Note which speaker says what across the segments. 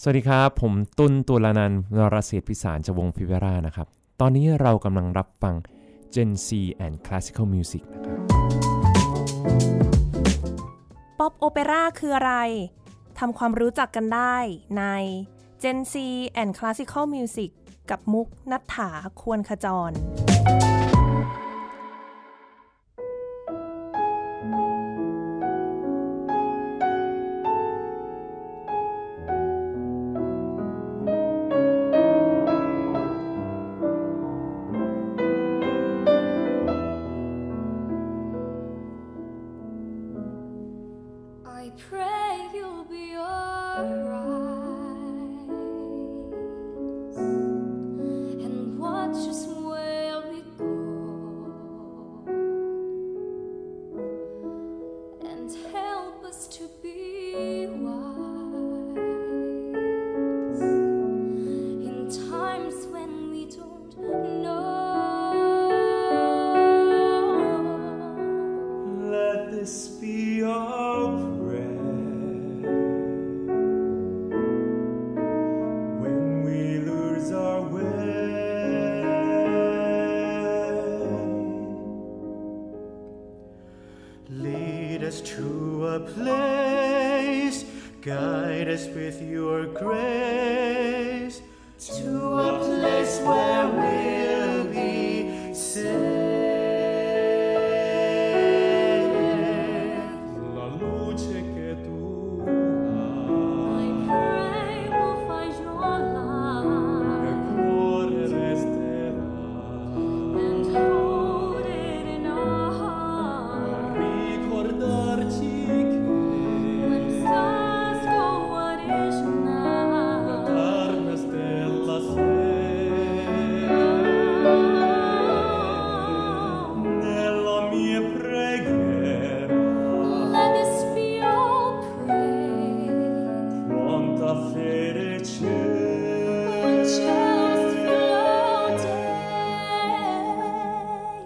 Speaker 1: สวัสดีครับ ผมตุลตุลานันท์นรเศรษฐ์พิสารจากวงฟิเวรานะครับ ตอนนี้เรากำลังรับฟัง Gen C and Classical Music นะครับ
Speaker 2: ป๊อปโอเปร่าคืออะไร ทำความรู้จักกันได้ใน Gen C and Classical Music กับมุกนัฐถาควรขจร
Speaker 3: I pray you'll be alright and watch us where we go and help us to be wise in times when we don't know.
Speaker 4: Let this be our prayer. When we lose our way, lead us to a place, guide us with your grace to a place where we'll be safe. La luce che tu
Speaker 3: I
Speaker 4: hai,
Speaker 3: pray we'll find your
Speaker 4: nel
Speaker 3: love
Speaker 4: cuore resterà.
Speaker 3: and hold it in our heart.
Speaker 4: Ricordarci che
Speaker 3: When stars go what is
Speaker 4: la
Speaker 3: now.
Speaker 4: carne stella sei. Nella mia preghiera
Speaker 3: Let this be our prayer.
Speaker 4: quanta fede
Speaker 3: When
Speaker 4: c'è.
Speaker 3: shadows fill our day,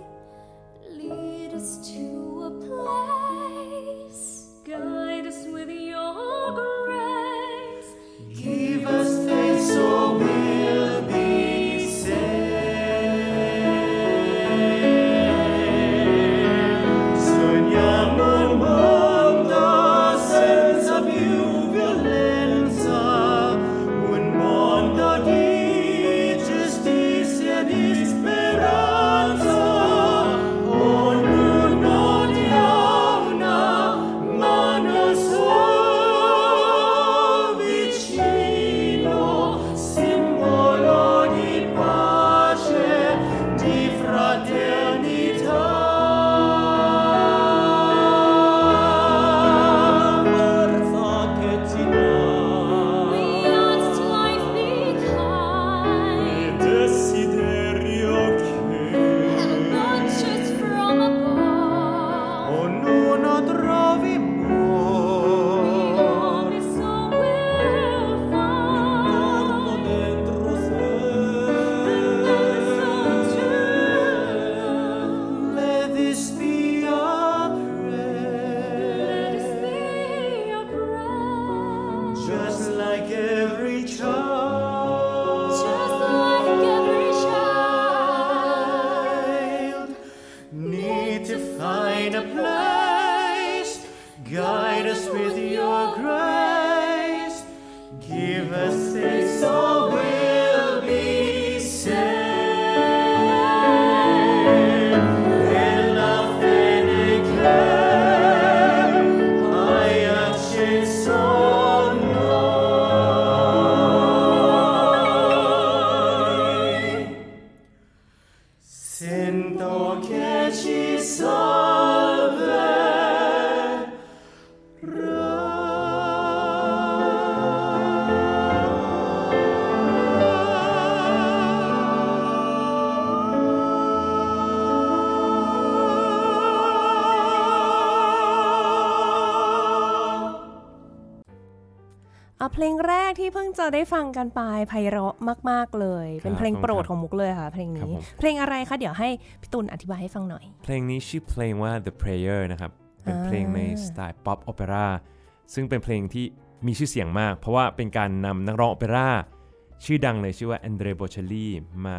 Speaker 3: lead us to a place. Guide us with your grace.
Speaker 4: Give us faith so we'll be saved. Sogniamo un mondo senza più violenza, un mondo di giustizia e di speranza. Ognuno di una mano sua vicino, simbolo di pace, di fraternità. Forza che ti dà
Speaker 3: We ask life be kind
Speaker 4: il desiderio
Speaker 3: and
Speaker 4: che
Speaker 3: nurtures from above.
Speaker 4: ognuno trovi
Speaker 3: We
Speaker 4: amor.
Speaker 3: hope it's so we'll
Speaker 4: Guardo
Speaker 3: find.
Speaker 4: dentro
Speaker 3: so
Speaker 4: sé. Let this be our
Speaker 3: Let us
Speaker 4: prayer.
Speaker 3: be your prayer.
Speaker 4: Just like every child.
Speaker 3: Just like every child.
Speaker 4: Need to find a place, guide us with your grace, give us faith so we'll be saved. Nella fede che hai acceso noi. Sento che ci salverà.
Speaker 2: เอาเพลงแรกที่เพิ่งจะได้ฟังกันไปไพเราะมาก ๆ เลย
Speaker 1: ครับ
Speaker 2: เป็นเพลงโปรดของมุกเลยค่ะ เพลง
Speaker 1: ครับ
Speaker 2: นี้
Speaker 1: ผม
Speaker 2: เพลงอะไรคะเดี๋ยวให้พี่ตุลอธิบายให้ฟังหน่อย
Speaker 1: เพลงนี้ชื่อเพลงว่า The Prayer นะครับ เป็นเพลงในสไตล์ป๊อปโอเปร่าซึ่งเป็นเพลงที่ มีชื่อเสียงมาก เพราะว่าเป็นการนำนักร้องโอเปร่าชื่อดังเลยชื่อว่าแอนเดรโบเชลลีมา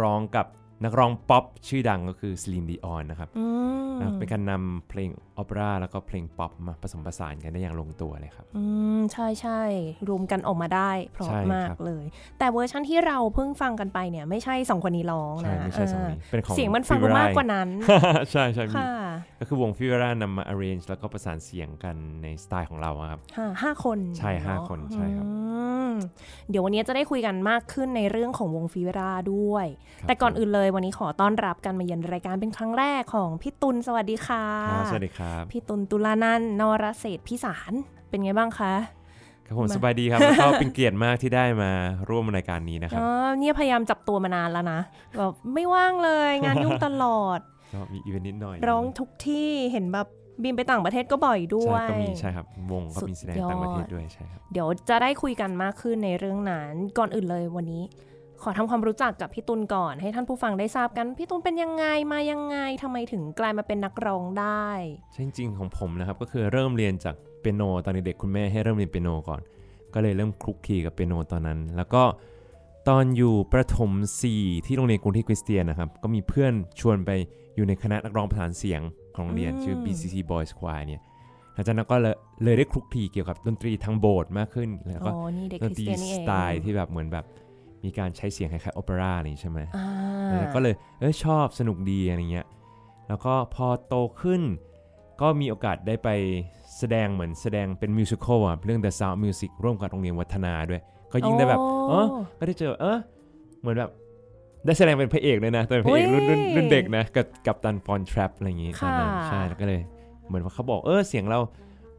Speaker 1: ร้องกับนักร้องป๊อปชื่อดังก็คือซิลินดีออนนะครับ
Speaker 2: อืม
Speaker 1: นะเป็นการนำเพลงโอเปร่าแล้วก็เพลงป๊อปมาผสมผสานกันได้อย่างลงตัวเลยครับ
Speaker 2: อืมใช่ใช่รวมกันออกมาได้ เพราะ
Speaker 1: ใช่
Speaker 2: มาก
Speaker 1: ครับ
Speaker 2: เลย แต่เวอร์ชันที่เราเพิ่งฟังกันไปเนี่ย ไม่ใช่สองคนนี้ร้อง
Speaker 1: ใช่
Speaker 2: นะ
Speaker 1: ไม่ใช่สองนี้เป็นของ
Speaker 2: เสียงมันฟังดู
Speaker 1: Fever
Speaker 2: มาก
Speaker 1: Eye
Speaker 2: กว่านั้น
Speaker 1: ใช่ใช่มี
Speaker 2: ค่ะ
Speaker 1: ก็คือวงฟิวรานำมา arrange แล้วก็ประสานเสียงกันในสไตล์ของเราอะครับ
Speaker 2: ห้าห้าคน
Speaker 1: ใช่ห้า
Speaker 2: เอะ
Speaker 1: คนใช่ครับ
Speaker 2: อืมเดี๋ยววันนี้จะได้คุยกันมากขึ้นในเรื่องของวงฟีเวราด้วย
Speaker 1: ครับ
Speaker 2: แต่ก่อนอื่นเลยวันนี้ขอต้อนรับกันมาเยือนรายการเป็นครั้งแรกของพี่ตุลสวัสดีค่ะ
Speaker 1: ครับสวัสดีครับ
Speaker 2: พี่ตุลตุลานันท์นรเศรษฐ์พิสารเป็นไงบ้างคะ
Speaker 1: ครับผม
Speaker 2: มา
Speaker 1: สบายดีครับแล้วก็เป็นเกียรติมากที่ได้มาร่วมรายการนี้นะครับ
Speaker 2: อ๋อเนี่ยพยายามจับตัวมานานแล้วนะแบบไม่ว่างเลยงานยุ่งตลอด
Speaker 1: ก็มีอีเวนต์นิดหน่อย
Speaker 2: ร้องทุกที่เห็นแบบบินไปต่างประเทศก็บ่อยด้ว
Speaker 1: ใช่
Speaker 2: ย
Speaker 1: ก็มีใช่ครับ วงก็มีแสดง
Speaker 2: สุดยอด
Speaker 1: ต่างประเทศด้วยใช่ ครับ
Speaker 2: เดี๋ยวจะได้คุยกันมากขึ้นในเรื่องนั้นก่อนอื่นเลยวันนี้ ขอทำความรู้จักกับพี่ตุลก่อน ให้ท่านผู้ฟังได้ทราบกันพี่ตุลเป็นยังไงมายังไงทำไมถึงกลายมาเป็นนักร้องได้
Speaker 1: ใช่จริงๆของผมนะครับก็คือเริ่มเรียนจากเปียโนตอนเด็กๆคุณแม่ให้เริ่มเรียนเปียโนก่อน ก็เลยเริ่มคลุกคลีกับเปียโนตอนนั้น แล้วก็ตอนอยู่ประถม 4 ที่โรงเรียนกรุงเทพคริสเตียนนะครับก็มีเพื่อนชวนไปอยู่ในคณะนักร้องประสานเสียงของโรงเรียน
Speaker 2: อืม
Speaker 1: ชื่อ BCC Boys Choir เนี่ยหลังจากนั้นก็เลยเลยได้คลุกคลีเกี่ยวกับดนตรีทางโบสถ์มากขึ้นแล้วก็
Speaker 2: อ๋อนี่เด็ก
Speaker 1: ด
Speaker 2: คน ริ
Speaker 1: ต
Speaker 2: ส
Speaker 1: รี
Speaker 2: เตียน
Speaker 1: ส
Speaker 2: นี่เอง
Speaker 1: ไตล์ที่แบบเหมือนแบบมีการใช้เสียงคล้ายๆโอเปร่าอะไรอย่างงี้ใช่ไหม
Speaker 2: อ่า
Speaker 1: แล้วก็เลยเออชอบสนุกดีอะไรเงี้ย แล้วก็พอโตขึ้นก็มีโอกาสได้ไปแสดงเหมือนแสดงเป็นมิวสิควลอ่ะเรื่อง The Sound Music ร่วมกับโรงเรียนวัฒนาด้วย ก็ยิ่งได้แบบเอ
Speaker 2: โอ้
Speaker 1: อก็ได้เจอเออเหมือนแบบได้แสดงเป็นพระเอกเลยนะตอนเป็นพระเอกรุ่นรุ่น
Speaker 2: เฮ้ย
Speaker 1: รุ่นเด็กนะกับกับตันฟอนทรัพอะไรอย่างงี้ตอนนั้น
Speaker 2: ค่ะ
Speaker 1: ใช่แล้วก็เลยเหมือนว่าเขาบอกเออเสียงเรา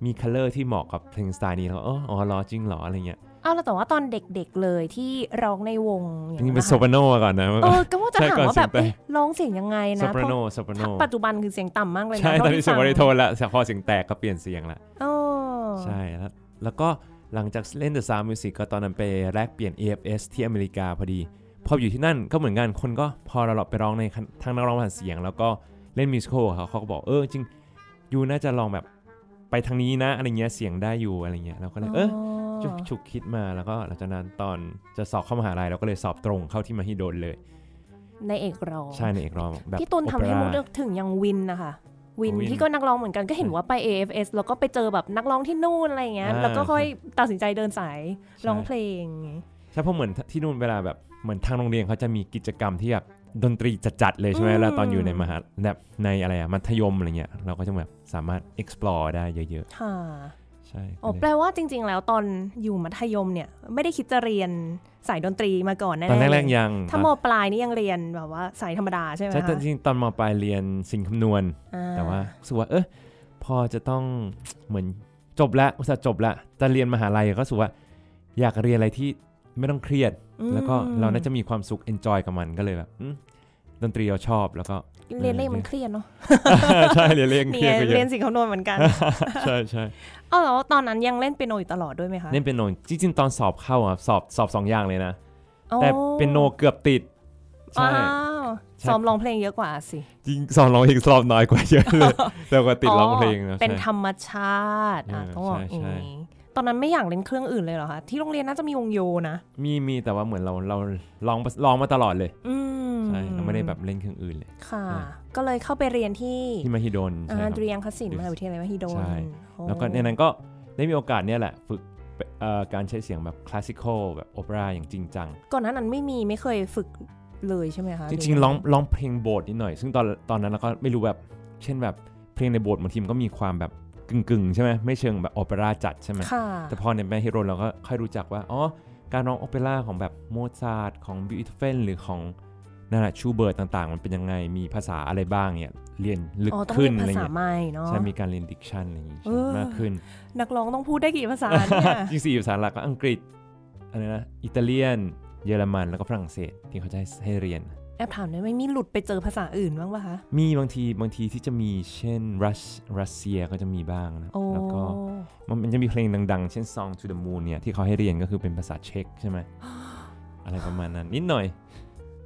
Speaker 1: มีคัลเลอร์ที่เหมาะกับเพลงสไตล์นี้แล้วอ๋ออ๋อเหรอจริงเหรออะไรเงี้ย
Speaker 2: เอาแล้วแต่ว่าตอนเด็กๆเลยที่ร้องในวง
Speaker 1: จ
Speaker 2: อย่า
Speaker 1: ริงๆเป็น
Speaker 2: งะ
Speaker 1: โซ
Speaker 2: คะ
Speaker 1: ปราโนมาก่อนนะ
Speaker 2: เออก็ว่าจะ
Speaker 1: ใช่
Speaker 2: ถาม
Speaker 1: ก่อน
Speaker 2: ว่าแบบ
Speaker 1: เสียงแตก
Speaker 2: เอ๊ะร้องเสียงยังไง
Speaker 1: โซ
Speaker 2: นะ
Speaker 1: ปราโน
Speaker 2: เพราะ
Speaker 1: โซปราโน
Speaker 2: ปัจจุบันคือเสียงต่ำมากเลยนะ
Speaker 1: ใช่ตอนนี้โซ
Speaker 2: เท่า
Speaker 1: ปรา
Speaker 2: ที่
Speaker 1: โท
Speaker 2: ฟัง
Speaker 1: นละแต่พอเสียงแตกก็เปลี่ยนเสียงละ
Speaker 2: โอ้
Speaker 1: ใช่แล้วแล้วก็หลังจากเล่น The Sound Music ก็ตอนนั้นไปแลกเปลี่ยน AFS ที่อเมริกาพอดี พออยู่ที่นั่นก็เหมือนกันคนก็พอเราไปร้องในคณะทางนักร้องผ่านเสียง แล้วก็เล่นมิวสิควลเขาเขาก็บอกเออจริงยูน่าจะลองแบบไปทางนี้นะอะไรเงี้ยเสียงได้อยู่อะไรเงี้ยเราก็เลยเออฉุกฉุกคิดมาแล้วก็หลังจากนั้นตอนจะสอบเข้ามหาลัยเราก็เลยสอบตรงเข้าที่มหิดลเลย
Speaker 2: ในเอกร้อง
Speaker 1: ใช่ในเอกร้องแบบ
Speaker 2: พี่ตุลทำให้
Speaker 1: โอเป
Speaker 2: มู
Speaker 1: ร่า
Speaker 2: นึกถึงอยังวินนะคะวิน
Speaker 1: วิน
Speaker 2: ที่ก็นักร้องเหมือนกันก็เห็นว่าไป AFS แล้วก็ไปเจอแบบนักร้องที่นู่นอะไรอย่างเงี้ย
Speaker 1: อ่า
Speaker 2: แล้วก็ค่อยตัดสินใจเดินสาย
Speaker 1: ใช่
Speaker 2: ร้องเพลง
Speaker 1: ใช่เพราะเหมือนที่นู่นเวลาแบบเหมือนทางโรงเรียนเขาจะมีกิจกรรมที่แบบดนตรีจัดๆเลยใช่ไหม
Speaker 2: อืม
Speaker 1: แล้วตอนอยู่ในมหาแบบในอะไรอะมัธยมอะไรเงี้ยเราก็จะแบบสามารถ explore ได้เยอะ
Speaker 2: ค่ะ
Speaker 1: ๆ ใช่
Speaker 2: อ๋อ
Speaker 1: ก็
Speaker 2: แป
Speaker 1: เล
Speaker 2: ล
Speaker 1: ย
Speaker 2: ว่าจริง ๆ แล้วตอนอยู่มัธยมเนี่ย ไม่ได้คิดจะเรียนสายดนตรีมาก่อนแน่ๆ
Speaker 1: ตอนแรกๆยัง
Speaker 2: ถ้ามปลายนี่ยังเรียนแบบว่าสายธรรมดาใช่ไหม
Speaker 1: ใช่
Speaker 2: คะ
Speaker 1: แต่จริงๆตอนมปลายเรียนสิ่งคำนวณ
Speaker 2: อ่
Speaker 1: แต่ว่ารู้สึกว่าเออพอจะต้องเหมือนจบละอุตส่าห์จบละจะเรียนมหาลัยก็รู้สึกว่าอยากเรียนอะไรที่ไม่ต้องเครียด
Speaker 2: อืม
Speaker 1: แล้วก็เราน่าจะมีความสุข enjoy กับมันก็เลยแบบอืมดนตรีเราชอบแล้วก็
Speaker 2: เรียนเลขมันเครียดเนาะ
Speaker 1: ใช่เรียนเรื่อง
Speaker 2: นี่
Speaker 1: เครียด
Speaker 2: ไง
Speaker 1: ก็เย
Speaker 2: เรียน
Speaker 1: อะ
Speaker 2: สิ่งคำนวณเหมื อนกัน
Speaker 1: ใช่ใช่
Speaker 2: อ๋อแล้วตอนนั้นยังเล่นเปียโนอยู่ตลอดด้วยไหมคะ
Speaker 1: เล่นเป็นโนจริงๆตอนสอบเข้าอะครับสอบสอบสองอย่างเลยนะ
Speaker 2: อ๋อ
Speaker 1: แต่เป็นโนเกือบติด ใช่
Speaker 2: อ้าว
Speaker 1: ใช่
Speaker 2: ซ้อมร้องเพลงเยอะกว่าสิ
Speaker 1: จริงสอบร้องเพลงสอบน้อยกว่าเยอะเลย แต่กว่าติดร้องเพลงนะ
Speaker 2: เป็น
Speaker 1: ใช่
Speaker 2: ธรรมชาติอ่ะ
Speaker 1: เออ
Speaker 2: ต้องบอก
Speaker 1: ใช่
Speaker 2: อย่าง
Speaker 1: ใช่
Speaker 2: นี้ตอนนั้นไม่อยากเล่นเครื่องอื่นเลยเหรอคะ ที่โรงเรียนน่าจะมีวงโยนะ
Speaker 1: มีมีแต่ว่าเหมือนเราเราลองลองมาตลอดเลย
Speaker 2: อืม
Speaker 1: ใช่เราไม่ได้แบบเล่นเครื่องอื่นเลย
Speaker 2: ค่ะ
Speaker 1: ใช่
Speaker 2: ก็เลยเข้าไปเรียนที่
Speaker 1: ที่มหิดล
Speaker 2: อา
Speaker 1: ใช่ครับ
Speaker 2: เรียงคศิลป์มหาวิทยาลัยมหิดล
Speaker 1: ใช่
Speaker 2: โอ้
Speaker 1: แล้วก็ในนั้นก็ได้มีโอกาสเนี่ยแหละฝึกเอ่อการใช้เสียงแบบคลาสสิคอลแบบโอเปร่าอย่างจริงจัง
Speaker 2: ก่อนหน้านั้นไม่มีไม่เคยฝึกเลยใช่ไหมคะ
Speaker 1: จริงๆร้องร้องเพลงโบสถ์นิดหน่อย ซึ่งตอนตอนนั้นเราก็ไม่รู้แบบ เช่นแบบเพลงในโบสถ์บางทีมันก็มีความแบบกึ่งๆใช่ไหมไม่เชิงแบบโอเปร่าจัดใช่ไหม
Speaker 2: ค่ะ
Speaker 1: แต่พอในแมฮิโรนเราก็ค่อยรู้จักว่า อ๋อ การร้องโอเปร่าของแบบโมซาร์ทของบิวอิทเฟนหรือของนั่นแหละชูเบิร์ตต่างๆ มันเป็นยังไง มีภาษาอะไรบ้างเนี่ย เรียนลึก
Speaker 2: อ๋อต้อง
Speaker 1: ขึ้
Speaker 2: เรี
Speaker 1: น
Speaker 2: ยน
Speaker 1: อะไร
Speaker 2: ภาษา
Speaker 1: เงี้ย
Speaker 2: ใหม่เนาะ
Speaker 1: ใช่มีการเรียนดิกชันอะไรอย่างงี้ใช่
Speaker 2: เออ
Speaker 1: มากขึ้น
Speaker 2: นักร้องต้องพูดได้กี่ภาษาเนี่ย
Speaker 1: จริงๆสี่ภาษาหลักก็อังกฤษอะไรนะ อิตาเลียน เยอรมันแล้วก็ฝรั่งเศสที่เขาจะให้ให้เรียน
Speaker 2: แอบถามได้ไหมมีหลุดไปเจอภาษาอื่นบ้างปะคะ
Speaker 1: มีบางทีบางทีที่จะมีเช่นรัสรัสเซียก็จะมีบ้างนะ
Speaker 2: โอ้
Speaker 1: แล้วก็มันมันจะมีเพลงดังๆ เช่น Song to the Moon เนี่ยที่เขาให้เรียนก็คือเป็นภาษาเช็กใช่ไหม อะไรประมาณนั้นนิดหน่อย
Speaker 2: โ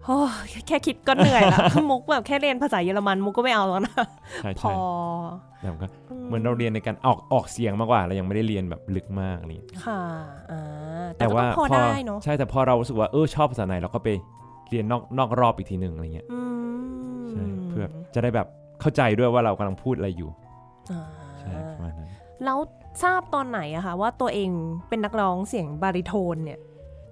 Speaker 2: โอ้ยแค่คิดก็เหนื่อยแล้ว มุกแบบแค่เรียนภาษาเยอรมันมุกก็ไม่เอาแล้วนะ
Speaker 1: ใช่
Speaker 2: พ
Speaker 1: ใช่
Speaker 2: อ
Speaker 1: แต่ผมก็เหมือนเราเรียนในการออกออกเสียงมากกว่าเรายังไม่ได้เรียนแบบลึกมากนี่
Speaker 2: ค่ะอ่าแต่ว่าพอได้เนาะ
Speaker 1: ใช่แต่พอเรารู้สึกว่าเออชอบภาษาไหนเราก็ไปเรียนนอกนอกรอบอีกทีหนึ่งอะไรเงี้ย
Speaker 2: อืม
Speaker 1: ใช่เพื่อจะได้แบบเข้าใจด้วยว่าเรากำลังพูดอะไรอยู่
Speaker 2: อ่า
Speaker 1: ใช่ประมาณนั้น
Speaker 2: แล้วทราบตอนไหนอะคะว่าตัวเองเป็นนักร้องเสียงบาริโทนเนี่ย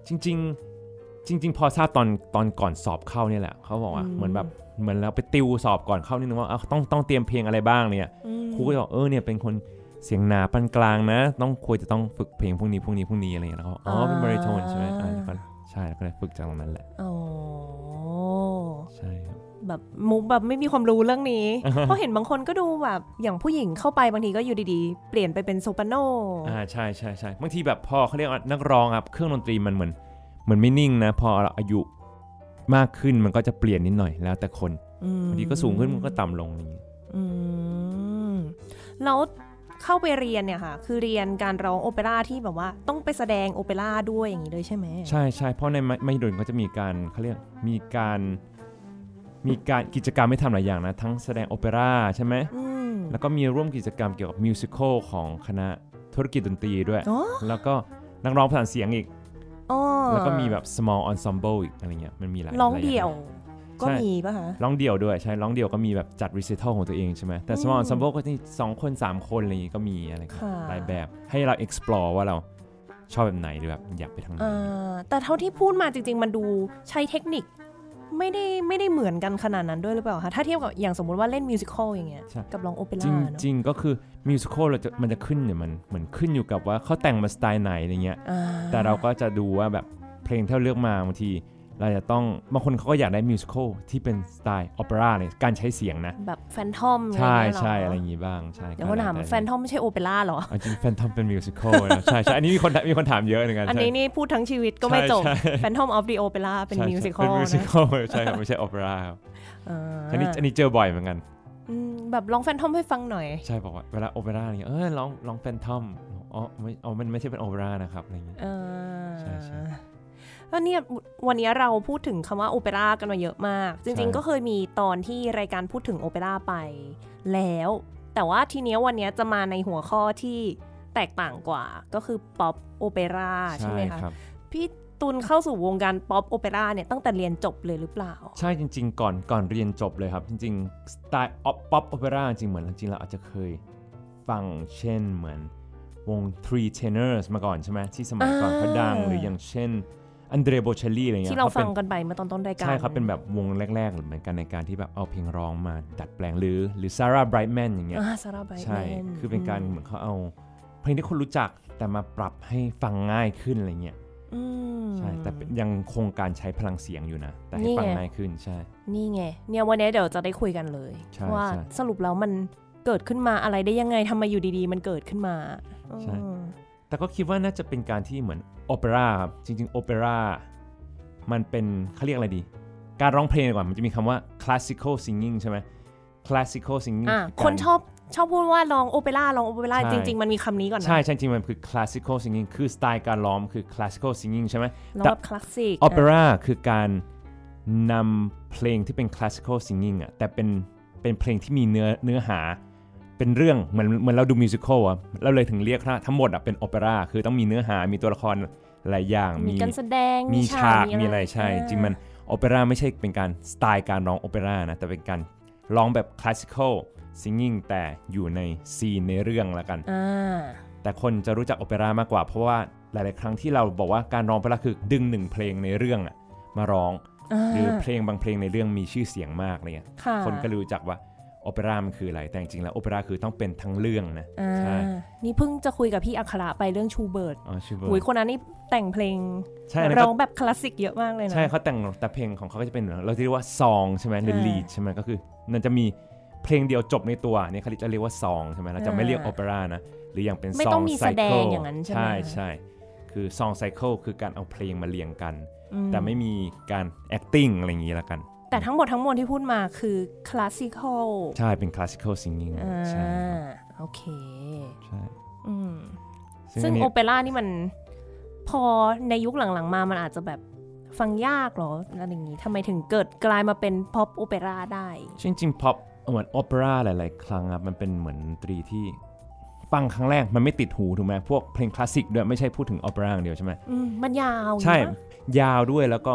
Speaker 1: จริงๆจริง ๆ พอทราบตอนตอนก่อนสอบเข้าเนี่ยแหละเขาบอกว่า
Speaker 2: อืม
Speaker 1: เหมือนแบบเหมือนเราไปติวสอบก่อนเข้านี่นึงว่าเอาต้องต้องเตรียมเพลงอะไรบ้างเนี่ย
Speaker 2: อืม
Speaker 1: ครูก็จะบอกเออเนี่ยเป็นคนเสียงหนาปานกลางนะ ต้องควรจะต้องฝึกเพลงพวกนี้พวกนี้พวกนี้อะไรอย่างเงี้ยแล้วเขาอ๋อเป็นบริโทนใช่ไหมอ่าแล้วก็ใช่แล้วก็เลยฝึกจากตรงนั้นแหละ
Speaker 2: อ๋อ
Speaker 1: ใช่ครับ
Speaker 2: แบบมุกแบบไม่มีความรู้เรื่องนี้ เพราะเห็นบางคนก็ดูแบบอย่างผู้หญิงเข้าไปบางทีก็อยู่ดีๆ เปลี่ยนไปเป็นโซปราโน
Speaker 1: อ่าใช่ใช่ใช่บางทีแบบพอเขาเรียกว่านักร้องครับเครื่องดนตรีมันเหมือนเหมือนไม่นิ่งนะ พอเราอายุมากขึ้นมันก็จะเปลี่ยนนิดหน่อยแล้วแต่คน
Speaker 2: อืม
Speaker 1: บางทีก็สูงขึ้นมันก็ต่ำลงอะไรอย่างเงี้ย
Speaker 2: อืมแล้วเข้าไปเรียนเนี่ยค่ะ คือเรียนการร้องโอเปร่าที่แบบว่าต้องไปแสดงโอเปร่าด้วยอย่างนี้ด้วยใช่ไหม
Speaker 1: ใช่ใช่เพราะในไม่หิดลก็จะมีการเขาเรียกมีการมีการกิจกรรมให้ทำหลายอย่างนะ ทั้งแสดงโอเปร่าใช่ไหม
Speaker 2: อืม
Speaker 1: แล้วก็มีร่วมกิจกรรมเกี่ยวกับมิวสิควลของคณะธุรกิจดนตรีด้วย
Speaker 2: อ๋อ
Speaker 1: แล้วก็นักร้องประสานเสียงอีก
Speaker 2: อ๋อ
Speaker 1: แล้วก็มีแบบ small ensemble อีกอะไรเงี้ยมันมีหลาย
Speaker 2: ร้อง
Speaker 1: หลาา
Speaker 2: เดี่ยว ก็
Speaker 1: ใช่
Speaker 2: มีป่ะคะ
Speaker 1: ร้องเดี่ยวด้วยใช่ร้องเดี่ยวก็มีแบบจัด recital ของตัวเองใช่ไหมแต่ small
Speaker 2: อืม
Speaker 1: ensemble ก็ที่สองคนสามคนอะไรอย่างงี้ก็มีอะไรเงี้ย
Speaker 2: ค่ะ
Speaker 1: หลายแบบให้เรา explore ว่าเราชอบแบบไหนหรือแบบอยากไปทางไหน
Speaker 2: อ่าแต่เท่าที่พูดมาจริง ๆ มันดูใช้เทคนิค ไม่ได้ไม่ได้เหมือนกันขนาดนั้นด้วยหรือเปล่าคะถ้าเทียบกับอย่างสมมติว่าเล่นมิวสิควลอย่างเงี้ย
Speaker 1: ใช่
Speaker 2: กับร้องโอเป
Speaker 1: จ
Speaker 2: ร่า
Speaker 1: ริง
Speaker 2: เนาะ
Speaker 1: จริงก็คือมิวสิควลเราจะมันจะขึ้นเนี่ยมันเหมือนขึ้นอยู่กับว่าเขาแต่งมาสไตล์ไหนอะไรเงี้ย
Speaker 2: อ่า
Speaker 1: แต่เราก็จะดูว่าแบบเพลงที่เราเลือกมาบางที เราจะต้องบางคนเขาก็อยากได้มิวสิควลที่เป็นสไตล์ออเปร่าเนี่ยการใช้เสียงนะ
Speaker 2: แบบแฟนทอม
Speaker 1: ใช่
Speaker 2: อะไรเงี้ยเหรอ
Speaker 1: ใช่อะไรอย่างงี้บ้างใช่
Speaker 2: เดี๋ยวคนถามแฟนทอมไม่ใช่โอเปร่าเหรอ
Speaker 1: เอาจริงแฟนทอมเป็นมิวสิควลนะใช่ใช่อันนี้มีคนมีคนถามเยอะเหมือนกัน
Speaker 2: อัน
Speaker 1: ใช่
Speaker 2: นี้นี่พูดทั้งชีวิตก็ไม่จบ
Speaker 1: ใช่ใช่
Speaker 2: Phantom of the Opera เป็น
Speaker 1: ใช่
Speaker 2: มิวสิค
Speaker 1: ใช่
Speaker 2: อล
Speaker 1: เป็นมิวสิ
Speaker 2: นะ
Speaker 1: ควลใช่ครับไม่ใช่ออเปร่าครับ
Speaker 2: อ่า
Speaker 1: อันนี้อันนี้เจอบ่อยเหมือนกัน
Speaker 2: อืมแบบร้องแฟนทอมให้ฟังหน่อย
Speaker 1: ใช่บอกว่าเวลาโอเปร่าเนี่ยเออร้องร้องแฟนทอมอ๋อไม่อ๋อมันไม่ใช่เป็นโอเปร่านะครับอะไรอย่างงี้
Speaker 2: เออ
Speaker 1: ใช่ใช่
Speaker 2: แล้วเนี่ยวันนี้เราพูดถึงคำว่าโอเปร่ากันมาเยอะมาก จ
Speaker 1: ใช่
Speaker 2: ริงๆก็เคยมีตอนที่รายการพูดถึงโอเปร่าไปแล้ว แต่ว่าทีเนี้ยวันเนี้ยจะมาในหัวข้อที่แตกต่างกว่า ก็คือป๊อปโอเปร่าใช่ไหมคะ
Speaker 1: ครับ
Speaker 2: พี่ตุลเข้าสู่วงการป๊อปโอเปร่าเนี่ยตั้งแต่เรียนจบเลยหรือเปล่า
Speaker 1: ใช่จริง ๆ ก่อนก่อนเรียนจบเลยครับ จริงๆสไตล์ออปป๊อปโอเปร่าจริงๆเหมือนจริงๆเราอาจจะเคยฟังเช่นเหมือนวง Three Tenors มาก่อนใช่ไหมที่สมัยก่อนเขาดัง
Speaker 2: อ่า
Speaker 1: หรืออย่างเช่นอันเดรโบเชลลี่อะไรเงี้ย
Speaker 2: ที่
Speaker 1: ข
Speaker 2: เรา
Speaker 1: ป็
Speaker 2: ฟั
Speaker 1: น
Speaker 2: งกันไปเมื่อตอนต้นรายการ
Speaker 1: ใช่ครับเป็นแบบวงแรกๆเหมือนกันในการที่แบบเอาเพลงร้องมาดัดแปลงหรือหรือซาร่าไบรท์แมนอย่างเงี้ย
Speaker 2: อ่าซาร่าไบรท์
Speaker 1: ใช่
Speaker 2: แมน
Speaker 1: คือเป็นการเหมือนเขาเอา เพลงที่คนรู้จักแต่มาปรับให้ฟังง่ายขึ้นอะไรเงี้ย
Speaker 2: อืม
Speaker 1: ใช่แต่เป็นยังคงการใช้พลังเสียงอยู่นะ แต่ให้
Speaker 2: นี่
Speaker 1: ฟัง
Speaker 2: ไง
Speaker 1: ง่ายขึ้นใช่
Speaker 2: นี่ไง เนี่ยวันนี้เดี๋ยวจะได้คุยกันเลย
Speaker 1: ใช่
Speaker 2: ว่า
Speaker 1: ใช่
Speaker 2: สรุปแล้วมันเกิดขึ้นมาอะไรได้ยังไงทำไมอยู่ดีๆ มันเกิดขึ้นมา
Speaker 1: ใช่
Speaker 2: อืม
Speaker 1: แต่ก็คิดว่าน่าจะเป็นการที่เหมือนโอเปร่าครับจริงๆโอเปร่ามันเป็นเขาเรียกอะไรดี การร้องเพลงดีกว่ามันจะมีคำว่า classical singing ใช่ไหม classical singing
Speaker 2: อ่ะ
Speaker 1: อการ
Speaker 2: คนชอบชอบพูดว่าร้องโอเปร่าร้องโอเปร่า
Speaker 1: ใช่
Speaker 2: จริง ๆ มันมีคำนี้ก่อนนะ
Speaker 1: ใช่ใช่จริงๆมันคือ classical singing คือสไตล์การร้องคือ classical singing ใช่ไหม
Speaker 2: ร้อง
Speaker 1: แต่
Speaker 2: แบบคลาสสิก
Speaker 1: โอเปร่าคือการนำเพลงที่เป็น classical singing อะแต่เป็นเป็นเพลงที่มีเนื้อเนื้อหา เป็นเรื่องเหมือนเหมือนเราดูมิวสิควลอะเราเลยถึงเรียกว่าทั้งหมดอะเป็นโอเปร่าคือต้องมีเนื้อหามีตัวละครหลายอย่าง
Speaker 2: มีการแสดง
Speaker 1: มีฉาก มีอะไรใช่
Speaker 2: อ่า
Speaker 1: จริงมันโอเปร่าไม่ใช่เป็นการสไตล์การร้องโอเปร่านะ แต่เป็นการร้องแบบคลาสสิคอลซิงกิ้งแต่อยู่ในซีนในเรื่องละกัน
Speaker 2: อ่า
Speaker 1: แต่คนจะรู้จักโอเปร่ามากกว่า เพราะว่าหลาย ๆ ครั้งที่เราบอกว่าการร้องโอเปร่าคือดึงหนึ่งเพลงในเรื่องอะมาร้อง
Speaker 2: อ่า
Speaker 1: หรือเพลงบางเพลงในเรื่องมีชื่อเสียงมากอะไรเงี้ย
Speaker 2: ค่ะ
Speaker 1: คนก็รู้จักว่าโอเปร่ามันคืออะไรแต่จริงๆแล้วโอเปร่าคือต้องเป็นทั้งเรื่องนะ
Speaker 2: อ่า
Speaker 1: ใช่
Speaker 2: นี่เพิ่งจะคุยกับพี่อัคระไปเรื่องชูเบิร์ต
Speaker 1: อ๋อชื่อเบอร์
Speaker 2: โอ้ยคนนั้นนี่แต่งเพลง
Speaker 1: ใช่อันนั้น
Speaker 2: ร้
Speaker 1: ก็
Speaker 2: องแบบคลาสสิกเยอะมากเลยนะ
Speaker 1: ใช่เขาแต่งแต่เพลงของเขาก็จะเป็นเหมือนเราจะเรียกว่าซองใช่ไหมหรือ
Speaker 2: เออ
Speaker 1: ลีดใช่ไหมก็คือมันจะมีเพลงเดียวจบในตัวเนี่ยเขาจะเรียกว่าซองใช่ไหมเราจะไม่เรียก
Speaker 2: เอ
Speaker 1: โอ
Speaker 2: อ
Speaker 1: เปร่านะหรืออย่างเป็น
Speaker 2: ไม่
Speaker 1: ซ
Speaker 2: ต้
Speaker 1: อ
Speaker 2: อง งมี
Speaker 1: ไซ
Speaker 2: แสด
Speaker 1: เคิ
Speaker 2: ง
Speaker 1: ล
Speaker 2: อย่างนั้นใช่ไหม
Speaker 1: ใช่ใช่คือซองไซเคิลคือการเอาเพลงมาเรียงกัน
Speaker 2: อืม
Speaker 1: แต่ไม่มีการ acting อะไรอย่างนี้ละกัน
Speaker 2: แต่ทั้งหมดทั้งมวลที่พูดมาคือคลาสสิคอล
Speaker 1: ใช่เป็น classical singing
Speaker 2: อ่า
Speaker 1: ใช่ครับ
Speaker 2: โอเค
Speaker 1: ใช่
Speaker 2: อืม
Speaker 1: ซึ่ง
Speaker 2: ซึ่
Speaker 1: อั
Speaker 2: ง
Speaker 1: นนี้
Speaker 2: โอเปร่านี่มันพอในยุคหลังๆมามันอาจจะแบบ ฟังยากเหรออะไรอย่างนี้ทำไมถึงเกิดกลายมาเป็นพ็อปโอเปร่าได้
Speaker 1: จริงๆ pop เหมือนโอเปร่าหลาย ๆ ครั้งครับมันเป็นเหมือนดนตรีที่ฟังครั้งแรกมันไม่ติดหูถูกไหมพวกเพลงคลาสสิกด้วยไม่ใช่พูดถึงโอเปร่าอย่างเดียวใช่ไหม
Speaker 2: อืมมันยาว
Speaker 1: ใช่
Speaker 2: อย่างนี้ปะ
Speaker 1: ยาวด้วยแล้วก็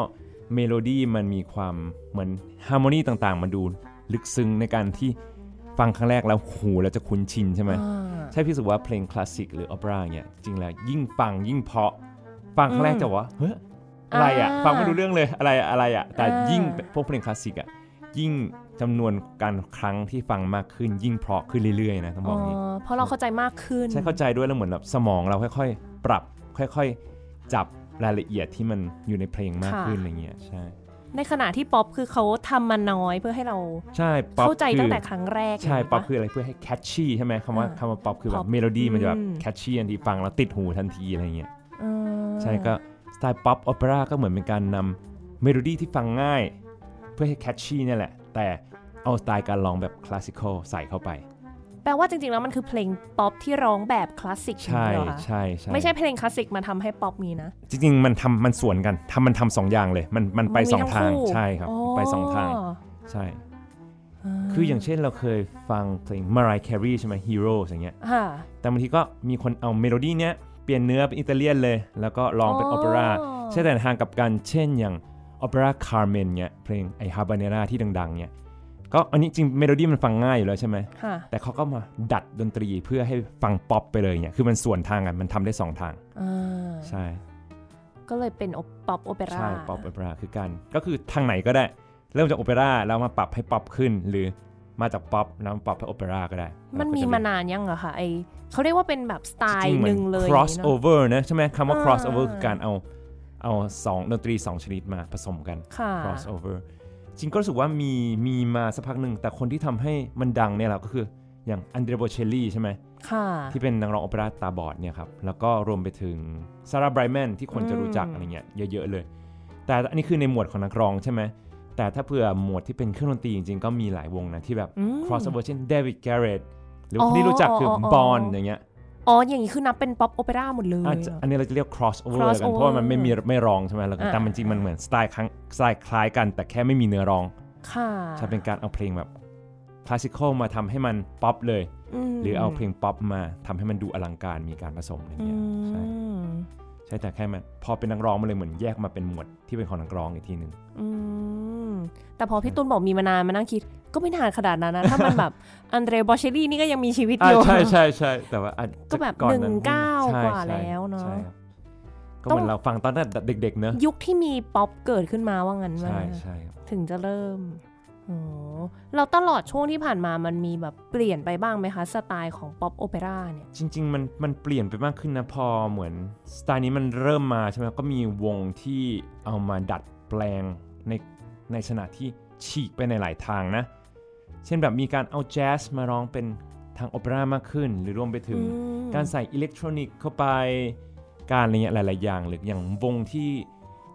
Speaker 1: เมโลดี้มันมีความเหมือนฮาร์โมนีต่างๆ มันดูลึกซึ้งในการที่ฟังครั้งแรกแล้วหูแล้วจะคุ้นชินใช่ไหม
Speaker 2: อ่า
Speaker 1: ใช่พี่รู้สุว่าเพลงคลาสสิกหรือออเปร่าเนี่ยจริงแล้วยิ่งฟังยิ่งเพราะ ฟังครั้งแรก
Speaker 2: อืม
Speaker 1: จะว่าเฮ้ยอะไรอ่ะ
Speaker 2: อ่า
Speaker 1: ฟังไม่รู้เรื่องเลยอะไรอะอะไรอ่ะ แต่
Speaker 2: อ่ายิ่
Speaker 1: ยิ่งพวกเพลงคลาสสิกอ่ะยิ่งจำนวนการครั้งที่ฟังมากขึ้นยิ่งเพราะขึ้นเรื่อยๆนะต้องบ
Speaker 2: อ๋
Speaker 1: อ
Speaker 2: อก
Speaker 1: อย่างนี้
Speaker 2: เพราะเราเข้าใจมากขึ้น
Speaker 1: ใช่เข้าใจด้วยแล้วเหมือนแบบสมองเราค่อยๆ ปรับค่อยๆ จับรายละเอียดที่มันอยู่ในเพลงมาก
Speaker 2: ค่ะ
Speaker 1: ขึ้นอะไรเงี้ยใช่
Speaker 2: ในขณะที่ป๊อปคือเขาทำมาน้อยเพื่อให้เรา
Speaker 1: ใช่ป๊อป
Speaker 2: เข้าใจ
Speaker 1: คือ
Speaker 2: ตั้งแต่ครั้งแรก
Speaker 1: ใช่
Speaker 2: ย่างนี้
Speaker 1: ป๊อป
Speaker 2: ปะ
Speaker 1: คืออะไรเพื่อให้ catchy ใช่ไหมคำว่า
Speaker 2: อ่า
Speaker 1: คำว่าป๊อปคือแบ
Speaker 2: pop
Speaker 1: บเมโลดี้มันจะแบบ
Speaker 2: อืม
Speaker 1: catchy อันที่ฟังแล้วติดหูทันทีอะไรเงี้ย
Speaker 2: อืม
Speaker 1: ใช่ก็สไตล์ป๊อปโอเปร่าก็เหมือนเป็นการนำเมโลดี้ที่ฟังง่าย เพื่อให้ catchy เนี่ยแหละ แต่เอาสไตล์การร้องแบบคลาสสิคอลใส่เข้าไป
Speaker 2: แปลว่าจริงๆแล้วมันคือเพลงป๊อปที่ร้องแบบคลาสสิก
Speaker 1: ใช่
Speaker 2: อย่างนี้เหรอคะ
Speaker 1: ใช่ใช่
Speaker 2: ไม่ใช่เพลงคลาสสิกมาทำให้ป๊อปมีนะ
Speaker 1: จริงๆ มันทำมันสวนกันทำมันทำสองอย่างเลย มันมันไป
Speaker 2: มันมี
Speaker 1: สอง
Speaker 2: ทั้ง
Speaker 1: ทาง
Speaker 2: คู่
Speaker 1: ใช่ครับมันไปสองทางใช่ คืออย่างเช่นเราเคยฟังเพลง Mariah Carey ใช่ไหม Heroes อย่างเงี้ย
Speaker 2: ค่ะ
Speaker 1: แต่บางทีก็มีคนเอาเมโลดี้เนี้ยเปลี่ยนเนื้อเป็นอิตาเลียนเลย แล้วก็ร้องเป็น
Speaker 2: อ๋
Speaker 1: โอ
Speaker 2: อ
Speaker 1: เปร่าใช่แต่ทางกลับกันเช่นอย่าง โอเปร่าคาร์เมนเนี้ยเพลงไอฮาบาเนราที่ดังๆเนี้ยก็อันนี้จริงเมโลดี้มันฟังง่ายอยู่แล้วใช่ไหม
Speaker 2: ค่ะ
Speaker 1: แต่เขาก็มาดัดดนตรีเพื่อให้ฟังป๊อปไปเลยเนี่ยคือมันสวนทางกันมันทำได้สองทาง
Speaker 2: อ่า
Speaker 1: ใช่
Speaker 2: ก็เลยเป็นป๊อปโอเปร่า
Speaker 1: ใช่ ป๊อปโอเปร่าคือการก็คือทางไหนก็ได้ เริ่มจากโอเปร่าแล้วมาปรับให้ป๊อปขึ้น หรือมาจากป๊อปแล้วมาปรับให้โอเปร่าก็ได้
Speaker 2: มันมีมานานยังเหรอคะไอเขาเรียกว่าเป็นแบบสไต
Speaker 1: จริ
Speaker 2: ล์
Speaker 1: ๆมั
Speaker 2: หนึ่งเลยอย่างนี้
Speaker 1: cross
Speaker 2: เนอะ
Speaker 1: over นะใช่ไหมคำว่า
Speaker 2: อ่า
Speaker 1: cross over คือการเอาเอาสองดนตรีสองชนิดมาผสมกัน
Speaker 2: ค่ะ
Speaker 1: cross over จริงก็รู้สึกว่ามีมีมาสักพักหนึ่งแต่คนที่ทำให้มันดังเนี่ยเราก็คืออย่างอันเดรโบเชลลี่ใช่ไหม
Speaker 2: ค่ะ
Speaker 1: ที่เป็นนักร้องโอเปร่าตาบอดเนี่ยครับ แล้วก็รวมไปถึงซาร่าไบรแมนที่คนจะรู้จัก
Speaker 2: อืม
Speaker 1: อะไรเงี้ยเยอะๆเลย แต่อันนี้คือในหมวดของนักร้องใช่ไหม แต่ถ้าเผื่อหมวดที่เป็นเครื่องดนตรีจริงๆ ก็มีหลายวงนะ ที่แบบ
Speaker 2: อืม
Speaker 1: crossover เช่นเดวิดแกเรตหรือ
Speaker 2: อ๋
Speaker 1: ว่า
Speaker 2: อ
Speaker 1: ที่รู้จักคืออ
Speaker 2: อ
Speaker 1: บอลอย่างเงี้ย
Speaker 2: อ๋ออย่างนี้คือนับเป็นป๊อปโอเปร่าหมดเลย
Speaker 1: อาจจะ
Speaker 2: เหรอ
Speaker 1: อันนี้เราจะเรียก crossover แล้วกัน
Speaker 2: crossover
Speaker 1: เพราะว่ามันไม่มีไม่ร้องใช่ไหมแล้วก็
Speaker 2: อ่า
Speaker 1: แต่มันจริงมันเหมือนสไตล์คล้ายสไตล์คล้ายกัน แต่แค่ไม่มีเนื้อร้อง
Speaker 2: ค่ะ
Speaker 1: ใช่เป็นการเอาเพลงแบบคลาสสิคอลมาทำให้มันป๊อปเลย
Speaker 2: ม
Speaker 1: หรือเอาเพลงป๊อปมาทำให้มันดูอลังการมีการผสมอะไร
Speaker 2: อื
Speaker 1: เงี้ยใช่
Speaker 2: ม
Speaker 1: ใช่แต่แค่มันพอเป็นนักร้องมันเลยเหมือนแยกมาเป็นหมวดที่เป็นของนักร้องอีกทีหนึ่ง
Speaker 2: อืมแต่พอพี่ตุนบอกมีมานานมานั่งคิด ก็ไม่นานขนาดนั้นนะถ้ามัน แบบอันเดรบอเชลลี่นี่ก็ยังมีชีวิตอยู่
Speaker 1: ใช่ใช่ใช่แต่ว่าอาจ
Speaker 2: ก็แบบ
Speaker 1: อนนั้น
Speaker 2: หนึ่งเก้า
Speaker 1: ใช่
Speaker 2: กว่า
Speaker 1: ใช่
Speaker 2: แล้วเนอะ
Speaker 1: ใช่ครับก็
Speaker 2: ต้
Speaker 1: เห
Speaker 2: อง
Speaker 1: มือนเราฟังตอนนั้นเด็กๆเนอะ
Speaker 2: ยุคที่มีป๊อปเกิดขึ้นมาว่างั้นว่า
Speaker 1: ใช่ใช่ครับ
Speaker 2: ถึงจะเริ่มโอ้เราตลอดช่วงที่ผ่านมามันมีแบบเปลี่ยนไปบ้างไหมคะ สไตล์ของป๊อปโอเปร่าเนี่ย
Speaker 1: จริง ๆ มันมันเปลี่ยนไปมากขึ้นนะพอเหมือนสไตล์นี้มันเริ่มมาใช่ไหมก็มีวงที่เอามาดัดแปลงในในขณะที่ฉีกไปในหลายทางนะ เช่นแบบมีการเอาแจ๊สมาร้องเป็นทางโอเปร่ามากขึ้น หรือรวมไปถึง
Speaker 2: อืม
Speaker 1: การใส่อิเล็กทรอนิกส์เข้าไปการอะไรเงี้ยหลาย ๆ อย่างหรืออย่างวงที่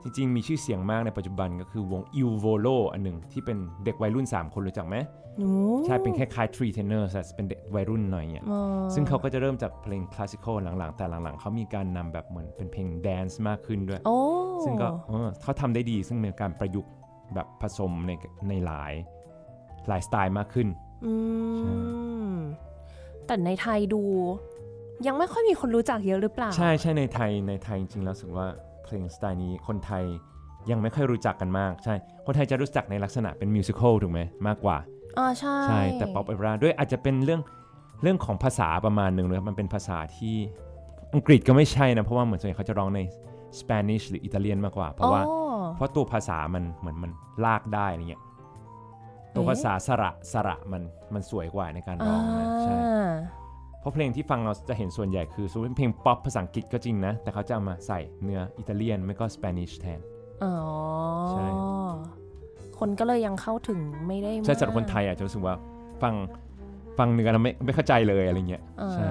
Speaker 1: จริง ๆ มีชื่อเสียงมากในปัจจุบันก็คือวง i l v o l o อันหนึ่งที่เป็นเด็กวัยรุ่น 3 คนรู้จักไหม
Speaker 2: โอ้
Speaker 1: ใช่ เป็นคล้ายๆ Tree Tenor แต่เป็นเด็กวัยรุ่นหน่อยเงี้ย
Speaker 2: อ๋อ
Speaker 1: ซึ่งเขาก็จะเริ่มจากเพลงคลาสสิคอลหลัง ๆ แต่หลัง ๆ เขามีการนำแบบเหมือนเป็นเพลงแดนซ์มากขึ้นด้วย
Speaker 2: โอ้
Speaker 1: ซึ่งก็เออเขาทำได้ดีซึ่งเป็นการประยุกต์แบบผสมในในหลายหลายสไตล์มากขึ้น
Speaker 2: อื
Speaker 1: ใช่
Speaker 2: ม แต่ในไทยดู ยังไม่ค่อยมีคนรู้จักเยอะหรือเปล่า
Speaker 1: ใช่ใช่ในไทยในไทยจริงๆแล้วรู้สึกว่าเพลงสไตล์นี้คนไทยยังไม่ค่อยรู้จักกันมาก ใช่ คนไทยจะรู้จักในลักษณะเป็นมิวสิควลถูกไหมมากกว่า
Speaker 2: อ่าใช่
Speaker 1: ใช่แต่ป๊อปเอเปร่าด้วยอาจจะเป็นเรื่องเรื่องของภาษาประมาณหนึ่งเลยครับมันเป็นภาษาที่อังกฤษก็ไม่ใช่นะ เพราะว่าเหมือนส่วนใหญ่เขาจะร้องในสเปนิชหรืออิตาเลียนมากกว่า เพราะว่า
Speaker 2: อ๋อ
Speaker 1: เพราะตัวภาษามันเหมือนมันลากได้อะไรเงี้ยตัว
Speaker 2: เอ๊ะ
Speaker 1: ภาษาสระสระมันมันสวยกว่าในการร้องนะใช่
Speaker 2: อ่า
Speaker 1: เพราะเพลงที่ฟังเราจะเห็นส่วนใหญ่คือสมมติเป็นเพลงป๊อปภาษาอังกฤษก็จริงนะ แต่เขาจะเอามาใส่เนื้ออิตาเลียน ไม่ก็สเปนิชแทน
Speaker 2: อ๋อ
Speaker 1: ใช่
Speaker 2: คนก็เลยยังเข้าถึงไม่ได้
Speaker 1: ใช่
Speaker 2: มาก
Speaker 1: สำหรับคนไทยอาจจะรู้สึกว่าฟังฟังเนื้อแล้วไม่ไม่เข้าใจเลยอะไรเงี้ย
Speaker 2: อ่า
Speaker 1: ใช่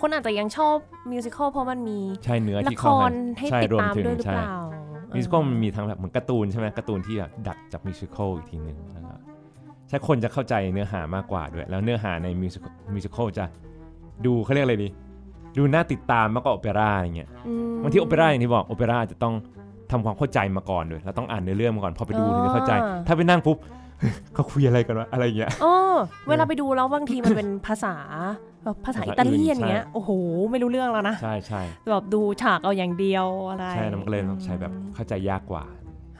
Speaker 2: คนอาจจะยังชอบมิวสิควลเพราะมันมี
Speaker 1: ใช่เนื้อ
Speaker 2: ละ
Speaker 1: ที่
Speaker 2: ค
Speaker 1: เข้ากั
Speaker 2: ร
Speaker 1: น
Speaker 2: ให้
Speaker 1: ใช่
Speaker 2: ติด
Speaker 1: รวม
Speaker 2: ตาม
Speaker 1: ถึง
Speaker 2: ด้วยหรือ
Speaker 1: ใช่
Speaker 2: เปล่า
Speaker 1: มิว
Speaker 2: มิ
Speaker 1: สิควลมันมีทั้งแบบเหมือนการ์ตูนใช่ไหมการ์ตูนที่แบบดัดจากมิวสิควลอีกทีหนึ่งแล้วก็ใช่คนจะเข้าใจเนื้อหามากกว่าด้วย แล้วเนื้อหาในมิวสิควลมิวสิควลจะดูเขาเรียกอะไรดีดูน่าติดตามมากกว่าโอเปร่าอะไรเงี้ย บางทีโอเปร่าอย่างที่บอกโอเปร่าจะต้อง ทำความเข้าใจมาก่อนด้วยเราต้องอ่านเนื้อเรื่องมาก่อนพอไปดู
Speaker 2: อ๋อ
Speaker 1: ถึงจะเข้าใจ ถ้าไปนั่งปุ๊บ เขาคุยอะไรกันวะอะไรอย่างเงี้ย
Speaker 2: โอ้เวลาไปดูแล้วบางทีมันเป็นภาษาแบบภาษาอิตาเลียน
Speaker 1: ภาษาอื่น
Speaker 2: เงี้ย
Speaker 1: ใช่
Speaker 2: โอ้โห ไม่รู้เรื่องแล้วนะ
Speaker 1: ใช่ใช่
Speaker 2: แบบดูฉากเอาอย่างเดียวอะไร
Speaker 1: ใช่แล้วมันก็เลยต้องใช้แบบเข้าใจยากกว่า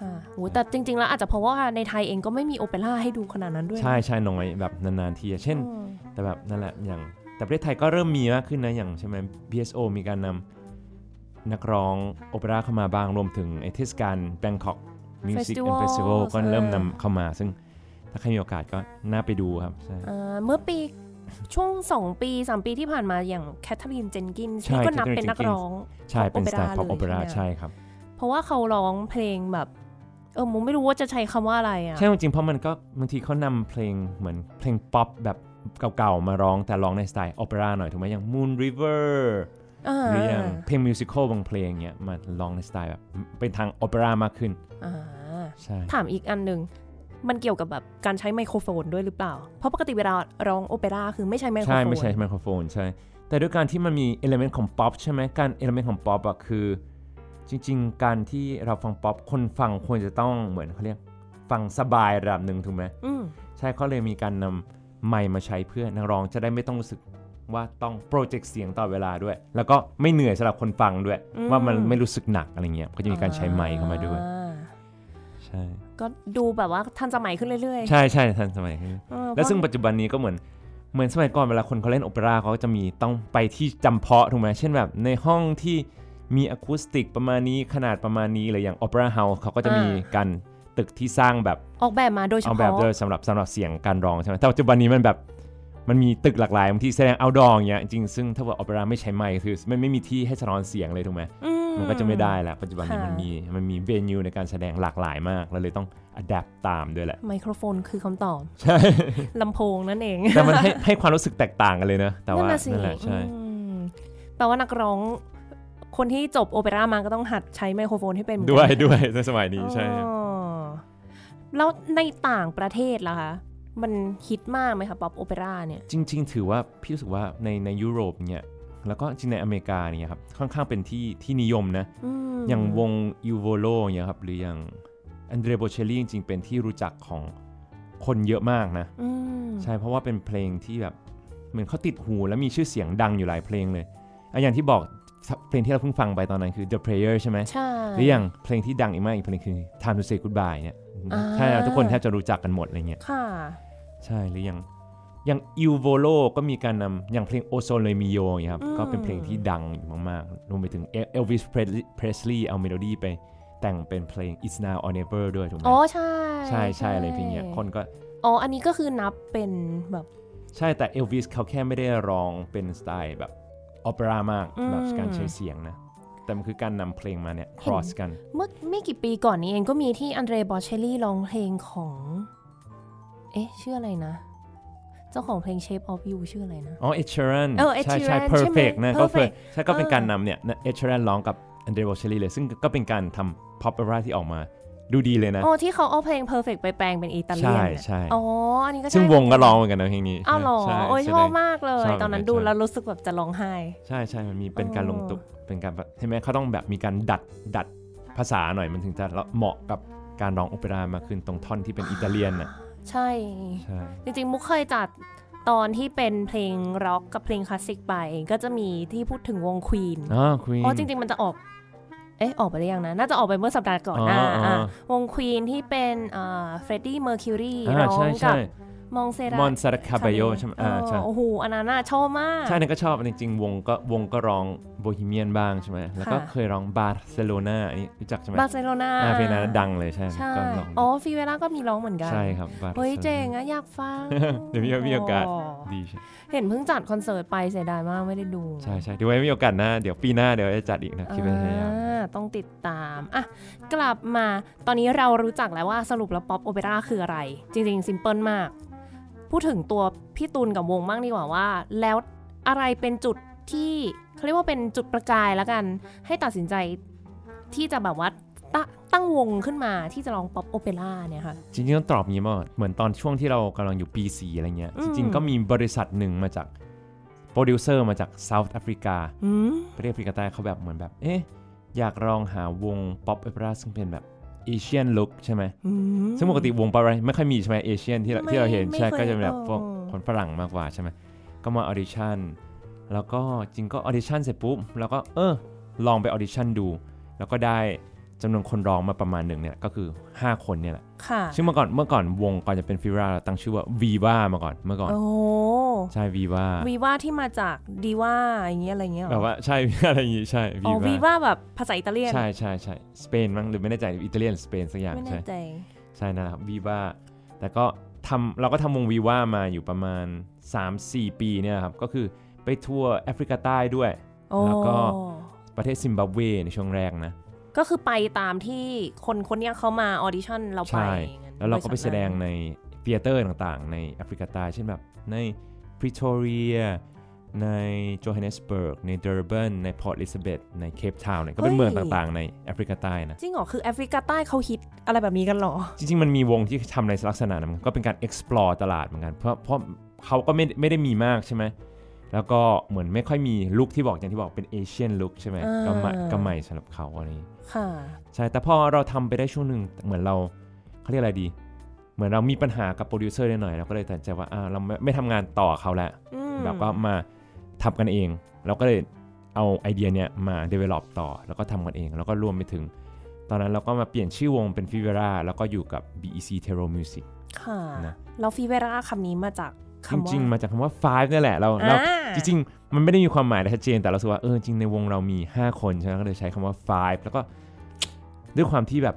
Speaker 2: อ่าโอ้แต่จริง ๆ แล้วอาจจะเพราะว่าในไทยเองก็ไม่มีโอเปร่าให้ดูขนาดนั้นด้วยนะ
Speaker 1: ใช่ใช่น้อยแบบนานๆทีอะเช่น
Speaker 2: อืม
Speaker 1: แต่แบบนั่นแหละอย่างแต่ประเทศไทยก็เริ่มมีมากขึ้นนะ อย่างใช่ไหม BSO มีการนำนักร้องโอเปร่าเข้ามาบ้างรวมถึงไอเทศกาล Bangkok Music and
Speaker 2: Festivals
Speaker 1: Festival ก็เริ่ม
Speaker 2: เออ
Speaker 1: นำเข้ามา ซึ่งถ้าใครมีโอกาสก็น่าไปดูครับ ใช่
Speaker 2: อ่าเมื่อปีช่วง 2 ปี 3 ปีที่ผ่านมาอย่างแคทเธอรีนเจนกิน
Speaker 1: ใช่
Speaker 2: นี่ก็นับ
Speaker 1: Catherine
Speaker 2: เป็นนัก
Speaker 1: Jenkins
Speaker 2: ร้อง
Speaker 1: ใช่เป็นส
Speaker 2: opera
Speaker 1: ไตล์ pop
Speaker 2: เลย
Speaker 1: opera
Speaker 2: ใช่
Speaker 1: ใช่
Speaker 2: ไหม
Speaker 1: ครับ
Speaker 2: เพราะว่าเขาร้องเพลงแบบ เออมงไม่รู้ว่าจะใช้คำว่าอะไรอ่ะ
Speaker 1: ใช่จริงๆเพราะมันก็บางทีเขานำเพลงเหมือนเพลงป๊อปแบบเก่าๆ มาร้องแต่ร้องในสไตล์โอเปร่าหน่อยถูกไหมอย่าง Moon River
Speaker 2: อ่า
Speaker 1: หรืออย่างเพลงมิวสิควลบางเพลงเนี้ยมาร้องในสไตล์แบบเป็นทางโอเปร่ามากขึ้น
Speaker 2: อ่า
Speaker 1: ใช่
Speaker 2: ถามอีกอันหนึ่ง มันเกี่ยวกับแบบการใช้ไมโครโฟนด้วยหรือเปล่า เพราะปกติเวลาร้องโอเปร่าคือไม่ใช้ไมโครโฟน
Speaker 1: ใช่ไม่ใช่ไมโครโฟนใช่ แต่ด้วยการที่มันมีเอลเมนต์ของป๊อปใช่ไหมการเอลเมนต์ของป๊อปอะคือ จริงๆ การที่เราฟังป๊อปคนฟังควรจะต้องเหมือนเขาเรียกฟังสบายระดับหนึ่งถูกไหม
Speaker 2: อืม
Speaker 1: ใช่เขาเลยมีการนำไมค์มาใช้เพื่อนักร้องจะได้ไม่ต้องรู้สึกว่าต้องโปรเจกต์เสียงต่อดเวลาด้วย แล้วก็ไม่เหนื่อยสำหรับคนฟังด้วย ว่ามันไม่รู้สึกหนักอะไรเงี้ยก็จะมีการใช้ไมค์เข้ามาด้วย
Speaker 2: อ่า
Speaker 1: ใช่
Speaker 2: ก็ดูแบบว่าทันสมัยขึ้นเรื่อยๆ
Speaker 1: ใช่ใช่ทันสมัยขึ้น
Speaker 2: เออ
Speaker 1: และซึ่ง
Speaker 2: เพราะ
Speaker 1: ปัจจุบันนี้ก็เหมือนเหมือนสมัยก่อนเวลาคนเขาเล่นโอเปร่าเขาก็จะมีต้องไปที่จำเพาะถูกไหมเช่นแบบในห้องที่มีอะคูสติกประมาณนี้ขนาดประมาณนี้หรืออย่างโอเปร่าเฮาส์เขาก็จะมีการตึกที่สร้างแบบ
Speaker 2: ออกแบบมาโดยเฉ
Speaker 1: เอาแบ
Speaker 2: พาะ
Speaker 1: บโดยสำหรับสำหรับเสียงการร้องใช่ไหมแต่ปัจจุบันนี้มันแบบมันมีตึกหลากหลายบางที่แสดงเอาดองอย่างเงี้ยจริงซึ่งถ้าว่าโอเปร่าไม่ใช้ไมค์คือไม่ไม่มีที่ให้สะท้อนเสียงเลยถูกไหม
Speaker 2: อื
Speaker 1: มันก็จะไม่ได้ละปัจจุบันนี้
Speaker 2: ค่ะ
Speaker 1: มันมีมันมีเวนิวในการแสดงหลากหลายมากเราเลยต้องอัดแอปตามด้วยแหละ
Speaker 2: ไมโครโฟนคือคำตอบ
Speaker 1: ใช่
Speaker 2: ลำโพงนั่นเอง
Speaker 1: แต่มันให้ให้ความรู้สึกแตกต่างกันเลยนะแต่ว่า
Speaker 2: นั่นน่ะสิ
Speaker 1: นั่นแหละใช่
Speaker 2: อืมแปลว่านักร้อง คนที่จบโอเปร่ามาก็ต้องหัดใช้ไมโครโฟนให้เป็นเหมือน
Speaker 1: ด้วย
Speaker 2: กัน
Speaker 1: ด้วยในสมัยนี้
Speaker 2: อ๋อ
Speaker 1: ใช่
Speaker 2: แล้วในต่างประเทศล่ะคะ มันฮิตมากไหมคะป๊อปโอเปร่าเนี่ย
Speaker 1: จริง ๆ ถือว่าพี่รู้สึกว่าในในยุโรปเนี่ยแล้วก็จริงในอเมริกาเนี่ยครับค่อนข้างเป็นที่ที่นิยมนะ
Speaker 2: อืม
Speaker 1: อย่างวงยูโวโลเนี่ยครับหรืออย่างอันเดรโบเชลลี่จริงๆเป็นที่รู้จักของคนเยอะมากนะ
Speaker 2: อืม
Speaker 1: ใช่เพราะว่าเป็นเพลงที่แบบเหมือนเขาติดหูและมีชื่อเสียงดังอยู่หลายเพลงเลยอ่ะอย่างที่บอกเพลงที่เราเพิ่งฟังไปตอนนั้นคือ The Prayer ใช่ไหม
Speaker 2: ใช่
Speaker 1: หรืออย่างเพลงที่ดังอีกมากอีกเพลงคือ Time to Say Goodbye เนี่ยใช่ทุกคนแทบจะรู้จักกันหมดอะไรเงี้ย
Speaker 2: ค่ะ
Speaker 1: ใช่หรืออย่างอย่างอิวโวโลก็มีการนำอย่างเพลง o s o l e m i o อย่างเงี้ยครับ
Speaker 2: อืม
Speaker 1: ก็เป็นเพลงที่ดังอยู่มากๆรวมไปถึง Elvis Presley เอาเมโลดี้ไปแต่งเป็นเพลง It's Now or Never ด้วยถูกไหม
Speaker 2: อ๋อใช่
Speaker 1: ใช่ใช่อะไรเพลงเนี้ยคนก็
Speaker 2: อ๋ออันนี้ก็คือนับเป็นแบบ
Speaker 1: ใช่แต่เอลวิสเขาแค่ไม่ได้ร้องเป็นสไตล์แบบโอเปร่ามาก
Speaker 2: อืม
Speaker 1: แบบการใช้เสียงนะ แต่มันคือการนำเพลงมาเนี่ย cross กัน
Speaker 2: เมื่อไม่กี่ปีก่อนนี้เองก็มีที่อันเดรบอเชลลี่ร้องเพลงของ เอ๊ะ ชื่ออะไรนะ เจ้าของเพลง Shape of You ชื่ออะไรนะ
Speaker 1: อ๋อเอชเชอรัน
Speaker 2: เออ Ed
Speaker 1: ใช่
Speaker 2: Sheeran
Speaker 1: ใช่
Speaker 2: ใช่ไหม
Speaker 1: perfect นะก็
Speaker 2: Perfect
Speaker 1: ใช่ก็เป็น
Speaker 2: เออ
Speaker 1: การนำเนี่ยเอชเชอรันร้องกับอันเดร o เชลลี่เลย ซึ่งก็เป็นการทำ pop opera ที่ออกมาดูดีเลยนะ
Speaker 2: อ๋อที่เขาเอาเพลง perfect ไปแปลงเป็นอิตาเลียน
Speaker 1: ใช่
Speaker 2: น่ะ
Speaker 1: ใช่
Speaker 2: อ๋อ อันนี้ก็ใช่
Speaker 1: ซึ่งวงก็ร้องเหมือนกันนะเพลงนี้
Speaker 2: อ้าวเหรอ
Speaker 1: ใ
Speaker 2: โอ้ย
Speaker 1: แส
Speaker 2: ช
Speaker 1: ดง
Speaker 2: อบมากเลย
Speaker 1: ชอบ
Speaker 2: ตอนนั้น
Speaker 1: เหมือนกัน
Speaker 2: ดู
Speaker 1: ใช่
Speaker 2: แล้วรู้สึกแบบจะร้องไห้
Speaker 1: ใช่ใช่มันมีเป็นการลงตุกเป็นการแบบใช่ไหมเขาต้องแบบมีการดัดดัดภาษาหน่อยมันถึงจะเหมาะกับการร้องโอเปร่ามากขึ้นตรงท่อนที่เป็นอิตาเลียนน่ะ
Speaker 2: ใช่
Speaker 1: ใช่
Speaker 2: จริงๆ มุกเคยจัดตอนที่เป็นเพลงร็อกกับเพลงคลาสสิกไปก็จะมีที่พูดถึงวงควีน
Speaker 1: อ๋อคุย
Speaker 2: อ๋อจริง ๆ มันจะออก เอ๊ะ ออกไปหรือยังนะ น่าจะออกไปเมื่อสัปดาห์ก่อน
Speaker 1: อ๋อ
Speaker 2: อ่า
Speaker 1: อ๋ออ่
Speaker 2: อ่าวงควีนที่เป็นเฟรดดี้เมอร์คิวรี
Speaker 1: อ่า
Speaker 2: ร้อง
Speaker 1: ใช่
Speaker 2: กั
Speaker 1: ใช่
Speaker 2: บมองเซราม
Speaker 1: อนซาร์คาบาโยใช่ไหมอ่าใช่
Speaker 2: โอ้โหอันนั้นน่าชอบมาก
Speaker 1: ใช่นั่นก็ชอบจริงๆวงก็วงก็ร้องโบฮีเมียนบ้างใช่ไหมแล้วก็
Speaker 2: ค่ะ
Speaker 1: เคยร้องบาร์เซโลนาอันนี้รู้จักใช่ไหม
Speaker 2: บาร์เซโลนา
Speaker 1: อ่าเพลงนั้นดังเลยใช่ไหม
Speaker 2: ใช่
Speaker 1: ก็ร้อง
Speaker 2: อ๋อฟีเวล่าก็มีร้องเหมือนกัน
Speaker 1: ใช่ครับบาร์
Speaker 2: เฮ้ยเจ๋งอะอยากฟัง
Speaker 1: เดี๋ยวมีมีโอกาสดีใช่
Speaker 2: เห็นเพิ่งจัดคอนเสิร์ตไปเสียดายมากไม่ได้ดู
Speaker 1: ใช่ใช่เดี๋ยวไว้มีโอกาสหน้าเดี๋ยวปีหน้าเดี๋ยวจะจัดอีกนะคิดว่าจะพยายาม
Speaker 2: อ่าต้องติดตามอ่ะกลับมาตอนนี้เรารู้จักแล้วว่าสรุปแล้วป๊อปโอเปร่าคืออะไร จริงๆ ซิมเพิลมาก พูดถึงตัวพี่ตูนกับวงบ้างดีกว่าว่า แล้วอะไรเป็นจุดที่เขาเรียกว่าเป็นจุดประกายแล้วกัน ให้ตัดสินใจที่จะแบบว่าตะตั้งวงขึ้นมาที่จะร้องป๊อปโอเปร่าเนี่ยค่ะ
Speaker 1: จริงๆต้องตอบอย่างนี้ว่าเหมือนตอนช่วงที่เรากำลังอยู่ปีสีอะไรเงี้ย
Speaker 2: อื
Speaker 1: จ
Speaker 2: ม
Speaker 1: ริงๆ ก็มีบริษัทหนึ่งมาจากโปรดิวเซอร์มาจากเซาท์แอฟริกา
Speaker 2: อืม
Speaker 1: ประเทศแอฟริกาใต้เขาแบบเหมือนแบบ เอ๊ะ อยากลองหาวงป๊อป p อเปร่าซึ่งเป็นแบบเอเชียนลุคใช่ไหม
Speaker 2: อืม
Speaker 1: ซึ่งปกติวงปาไรไม่ค่อยมีใช่ไหมเอเชียนที่เรา
Speaker 2: ไม่
Speaker 1: ที่เราเห็นใช่
Speaker 2: ไม่เคย
Speaker 1: ก็จะเป็นแบบ
Speaker 2: เออ
Speaker 1: พวกคนฝรั่งมากกว่าใช่ไหมก็มาออดิชั่นแล้วก็จริงก็ออดิชั่นเสร็จปุ๊บแล้วก็เออลองไปออดิชั่นดู แล้วก็ได้จำนวนคนร้องมาประมาณหนึ่งเนี่ยก็คือ 5 คนเนี่ยแหละ
Speaker 2: ค่ะ
Speaker 1: ซึ่งเมื่อก่อนเมื่อก่อนวงก่อนจะเป็นฟิราเราตั้งชื่อว่าวีว่ามาก่อนเมื่อก่อน
Speaker 2: โอ้
Speaker 1: ใช่วีว่า
Speaker 2: วีว่าที่มาจากดีว่าอย่างเงี้ยอะไรเงี้ยเหรอ
Speaker 1: แบบว่า ใช่ อะไรอย่างงี้ใช่
Speaker 2: อ๋อวี
Speaker 1: วีว่า
Speaker 2: ว่าแบบภาษาอิตาเลียน
Speaker 1: ใช่ใช่ใช่สเปนมั้งหรือไม่แน่ใจอิตาเลียนสเปนสักอย่าง
Speaker 2: ไม่
Speaker 1: ใช่
Speaker 2: แน่ใจ
Speaker 1: ใช่นะครับวีว่าแต่ก็ทำเราก็ทำวงวีว่ามาอยู่ประมาณ 3-4 ปีเนี่ยครับ ก็คือไปทัวร์แอฟริกาใต้ด้วย
Speaker 2: โอ้
Speaker 1: แล้วก็ ประเทศซิมบับเวในช่วงแรกนะ
Speaker 2: ก็คือไปตามที่คนคนเนี้ยเขามาออดิชั่นเราไป
Speaker 1: ใช่
Speaker 2: อย่างนั้น
Speaker 1: แล้วเราก็ไปแสดง
Speaker 2: บริษัทนั้น
Speaker 1: ในเปียเตอร์ต่างๆ ในแอฟริกาใต้เช่นแบบในพริ t อเรียในโจ h a นเนสเบิร์กในเดอร์เบินในพอร์ตลิซาเบธในเคปทาวน์เนี่ยก็เป็นเมืองต่างๆ ในแอฟริกาใต้นะ
Speaker 2: จริงเหรอคือแอฟริกาใต้เขาฮิตอะไรแบบนี้กันเหรอ
Speaker 1: จริงๆ มันมีวงที่ทำในลักษณะนั้นก็เป็นการ explore ตลาดเหมือนกัน เพราะเพราะเขาก็ไม่ไม่ได้มีมากใช่ไหม แล้วก็เหมือนไม่ค่อยมีลุคที่บอกอย่างที่บอกเป็นเอเชียนลุคใช่ไหม
Speaker 2: อ่า
Speaker 1: ก็ใหม่ก็ใหม่สำหรับเขาอะไรอย่างนี้
Speaker 2: ค่ะ
Speaker 1: ใช่ แต่พอเราทำไปได้ช่วงหนึ่งเหมือนเราเขาเรียกอะไรดี เหมือนเรามีปัญหากับโปรดิวเซอร์นิดหน่อยเราก็เลยตัดสินใจว่าอ่าเราไม่ไม่ทำงานต่อเขาแล้ว
Speaker 2: อืม
Speaker 1: แบบว่ามาทำกันเอง เราก็เลยเอาไอเดียเนี่ยมา develop ต่อ แล้วก็ทำกันเอง แล้วก็รวมไปถึง ตอนนั้นเราก็มาเปลี่ยนชื่อวงเป็นฟิเวราแล้วก็อยู่กับ BEC t e r o Music
Speaker 2: ค่ะ
Speaker 1: นะ
Speaker 2: แล้วฟีเวราคำนี้มาจาก
Speaker 1: จ
Speaker 2: คำว่า
Speaker 1: ริง ๆ มาจากคำว่า five เนี่ยแหละเราเรา
Speaker 2: อ่า
Speaker 1: จริง ๆ มันไม่ได้มีความหมายชัดเจนแต่เรารู้สึกว่าเออจริงในวงเรามี 5 คนใช่ไหมก็เลยใช้คำว่า five แล้วก็ ด้วยความที่แบบ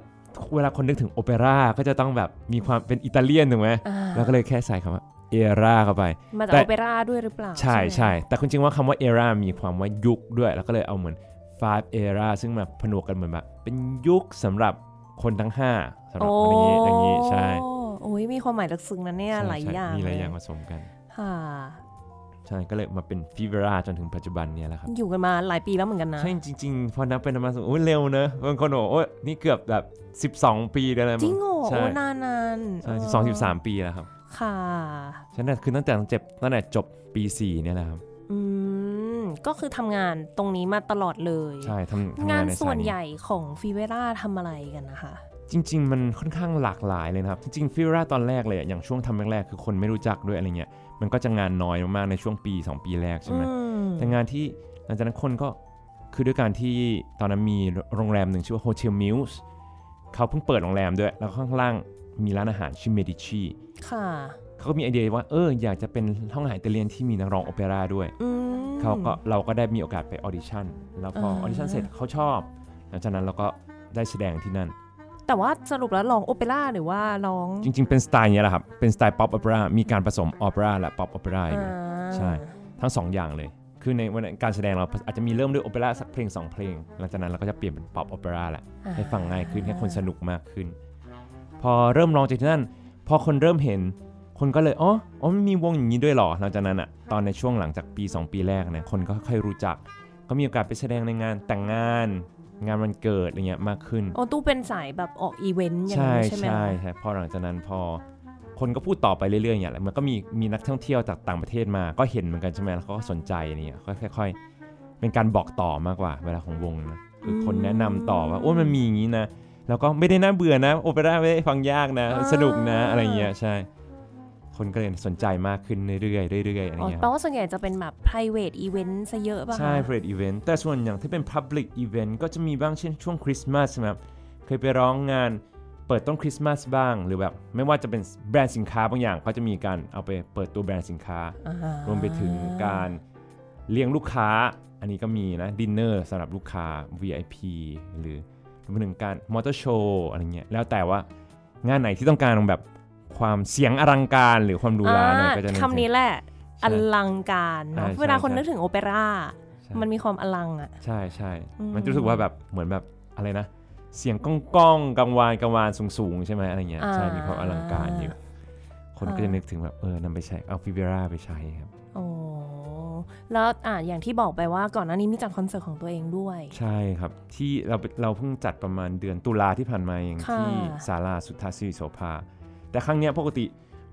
Speaker 1: เวลาคนนึกถึงโอเปร่าก็จะต้องแบบมีความเป็นอิตาเลียนถูกไหม
Speaker 2: อ่า
Speaker 1: เราก็เลยแค่ใส่คำว่าเอราเข้าไป
Speaker 2: มาจาก
Speaker 1: แต่
Speaker 2: โอเปร่าด้วยหรือเปล่า
Speaker 1: ใช่
Speaker 2: ไหม
Speaker 1: ใช่ แต่คุณจริงว่าคำว่า era มีความว่ายุคด้วย แล้วก็เลยเอาเหมือน five era ซึ่งมาผนวกกันเหมือนแบบเป็นยุคสำหรับคนทั้ง 5สำหรับค
Speaker 2: โอ้
Speaker 1: นอย่างนี้อย่างนี้ใช่
Speaker 2: โอ้ยมีความหมายลึกซึ้งนะเนี่ย
Speaker 1: ใช่
Speaker 2: หลาย
Speaker 1: ใช่
Speaker 2: อย่าง
Speaker 1: มีหลาย
Speaker 2: เล
Speaker 1: อย่างผสมกัน
Speaker 2: ค่ะ
Speaker 1: ใช่ ก็เลยมาเป็น fivera จนถึงปัจจุบันเนี่ยแหละครับ
Speaker 2: อยู่กันมาหลายปีแล้วเหมือนกันนะ
Speaker 1: ใช่จริง ๆ พอนับเป็นประมาณโอ้ยเร็วเนอะบางคนบอกโอ้ยนี่เกือบแบบ 12 ปีได้แล้วมั้
Speaker 2: จริงเหรอ
Speaker 1: ใช่
Speaker 2: โอ้นานนานๆ
Speaker 1: ใช่
Speaker 2: เ
Speaker 1: สิบสองสิบสามปีแล้วครับ
Speaker 2: ค่ะ
Speaker 1: ฉะนั้นคือตั้งแต่เจ็บตั้งแต่จบปีสี่เนี่ยแหละครับ
Speaker 2: อืม ก็คือทำงานตรงนี้มาตลอดเลย
Speaker 1: ใช่ทำ
Speaker 2: งาง
Speaker 1: ทำาน
Speaker 2: น
Speaker 1: ใน
Speaker 2: ส่ว
Speaker 1: สาย
Speaker 2: น
Speaker 1: นี้
Speaker 2: ใหญ่ของฟีเวราทำอะไรกันนะคะ
Speaker 1: จริง ๆ มันค่อนข้างหลากหลายเลยนะครับ จริงๆฟิราตอนแรกเลยอะอย่างช่วงทำแรกๆ คือคนไม่รู้จักด้วยอะไรเงี้ยมันก็จะงานน้อยมากๆในช่วงปี 2 ปีแรกใช่
Speaker 2: อื
Speaker 1: ไหม
Speaker 2: ม
Speaker 1: แต่งานที่หลังจากนั้นคนก็คือด้วยการที่ตอนนั้นมีโรงแรมหนึ่งชื่อว่าโฮเทลมิวส์เขาเพิ่งเปิดโรงแรมด้วย แล้วข้างล่างมีร้านอาหารชื่อเมดิชี
Speaker 2: ค่ะ
Speaker 1: เขาก็มีไอเดียว่าเอออยากจะเป็นห้องอาหารอิตาเลียนที่มีนักร้องโอเปร่าด้วย
Speaker 2: อืม
Speaker 1: เขาก็เราก็ได้มีโอกาสไปออดิชั่นแล้วพอ
Speaker 2: อ่า
Speaker 1: ออดิชั่นเสร็จเขาชอบ หลังจากนั้นเราก็ได้แสดงที่นั่น
Speaker 2: แต่ว่าสรุปแล้วร้องโอเปร่าหรือว่าร้อง
Speaker 1: จริงๆ เป็นสไตล์เนี้ยแหละครับ เป็นสไตล์ป๊อป p อเปร่า มีการผสมออเปร่าและป๊อป p อเปร่าอยู่
Speaker 2: อ่า
Speaker 1: ใช่ ทั้งสองอย่างเลย คือในวันนั้นการแสดงเราอาจจะมีเริ่มด้วยโอเปร่าสักเพลงสองเพลง หลังจากนั้นเราก็จะเปลี่ยนเป็นป๊อป p อเปร่าแหละ ให้ฟังง่ายขึ้นให้คนสนุกมากขึ้น พอเริ่มลองจากที่นั่น พอคนเริ่มเห็น คนก็เลย อ๋อ อ๋อมันมีวงอย่างนี้ด้วยเหรอ หลังจากนั้นอะตอนในช่วงหลังจากปี 2 ปีแรกเนี่ย คนก็ค่อยๆรู้จัก ก็มีโอกาสไปแสดงในงานแต่งงาน งานวันเกิดอะไรเงี้ยมากขึ้น
Speaker 2: โอตู้เป็นสายแบบออกอีเวนต์อย่าง
Speaker 1: ใช่
Speaker 2: นี้นใช่ไหม
Speaker 1: ใช่
Speaker 2: คะ
Speaker 1: ใช่พอหลังจากนั้นพอคนก็พูดต่อไปเรื่อยๆอย่างเงี้ยแหละมันก็มีมีนักท่องเที่ยวจากต่างประเทศมาก็เห็นเหมือนกันใช่ไหมแล้วเขาก็สนใจอะไรเงี้ยค่อย ๆ เป็นการบอกต่อมากกว่า เวลาของวงนะคือคนแนะนำต่อว่าโอ้ยมันมีอย่างนี้นะ แล้วก็ไม่ได้น่าเบื่อนะโอเปร่าไม่ได้ฟังยากนะ สนุกนะอะไรเงี้ยใช่ คนก็เลยสนใจมากขึ้นเรื่อยๆเรื่อยๆอะไร
Speaker 2: อ๋อ
Speaker 1: เงี้ย
Speaker 2: แปลว่าส่วนใหญ่จะเป็นแบบ private event ซะเยอะป่ะคะ
Speaker 1: ใช่ private event แต่ส่วนอย่างที่เป็น public event ก็จะมีบ้างเช่นช่วงคริสต์มาสนะครับ เคยไปร้องงานเปิดต้นคริสต์มาสบ้างหรือแบบไม่ว่าจะเป็นแบรนด์สินค้าบางอย่างเขาจะมีการเอาไปเปิดตัวแบรนด์สินค้า
Speaker 2: อ่าร
Speaker 1: วมไปถึงการเลี้ยงลูกค้า อันนี้ก็มีนะดินเนอร์สำหรับลูกค้า VIP หรือรวมไปถึงการมอเตอร์โชว์อะไรเงี้ยแล้วแต่ว่างานไหนที่ต้องการแบบความเสียงอลังการหรือความหรูหราหน่อยก็จะ
Speaker 2: อ่า
Speaker 1: เ
Speaker 2: คำนี้แหละ อลังการเนอะ
Speaker 1: ใช่
Speaker 2: เวลาคน
Speaker 1: ใช่
Speaker 2: นึกถึงโอเปร่า
Speaker 1: ใช่
Speaker 2: มันมีความอลังอะ
Speaker 1: ใช่ใช่
Speaker 2: อืม
Speaker 1: มันจะรู้สึกว่าแบบเหมือนแบบอะไรนะ เสียงก้องก้องๆกังวานกังวานสูงสูงๆใช่ไหมอะไรเงี้ยใช่มีความอลังการอยู่ คนก็จะนึกถึงแบบเออนำไปใช้เอาฟิเบราไปใช้ครับ
Speaker 2: โอ้แล้วอ่ะอย่างที่บอกไปว่าก่อนหน้านี้มีจัดคอนเสิร์ตของตัวเองด้วย
Speaker 1: ใช่ครับที่เราเราเพิ่งจัดประมาณเดือนตุลาที่ผ่านมาเอง
Speaker 2: ค่ะ
Speaker 1: ที่ศาลาสุทธาสิริโสภา แต่ครั้งเนี้ยปกติ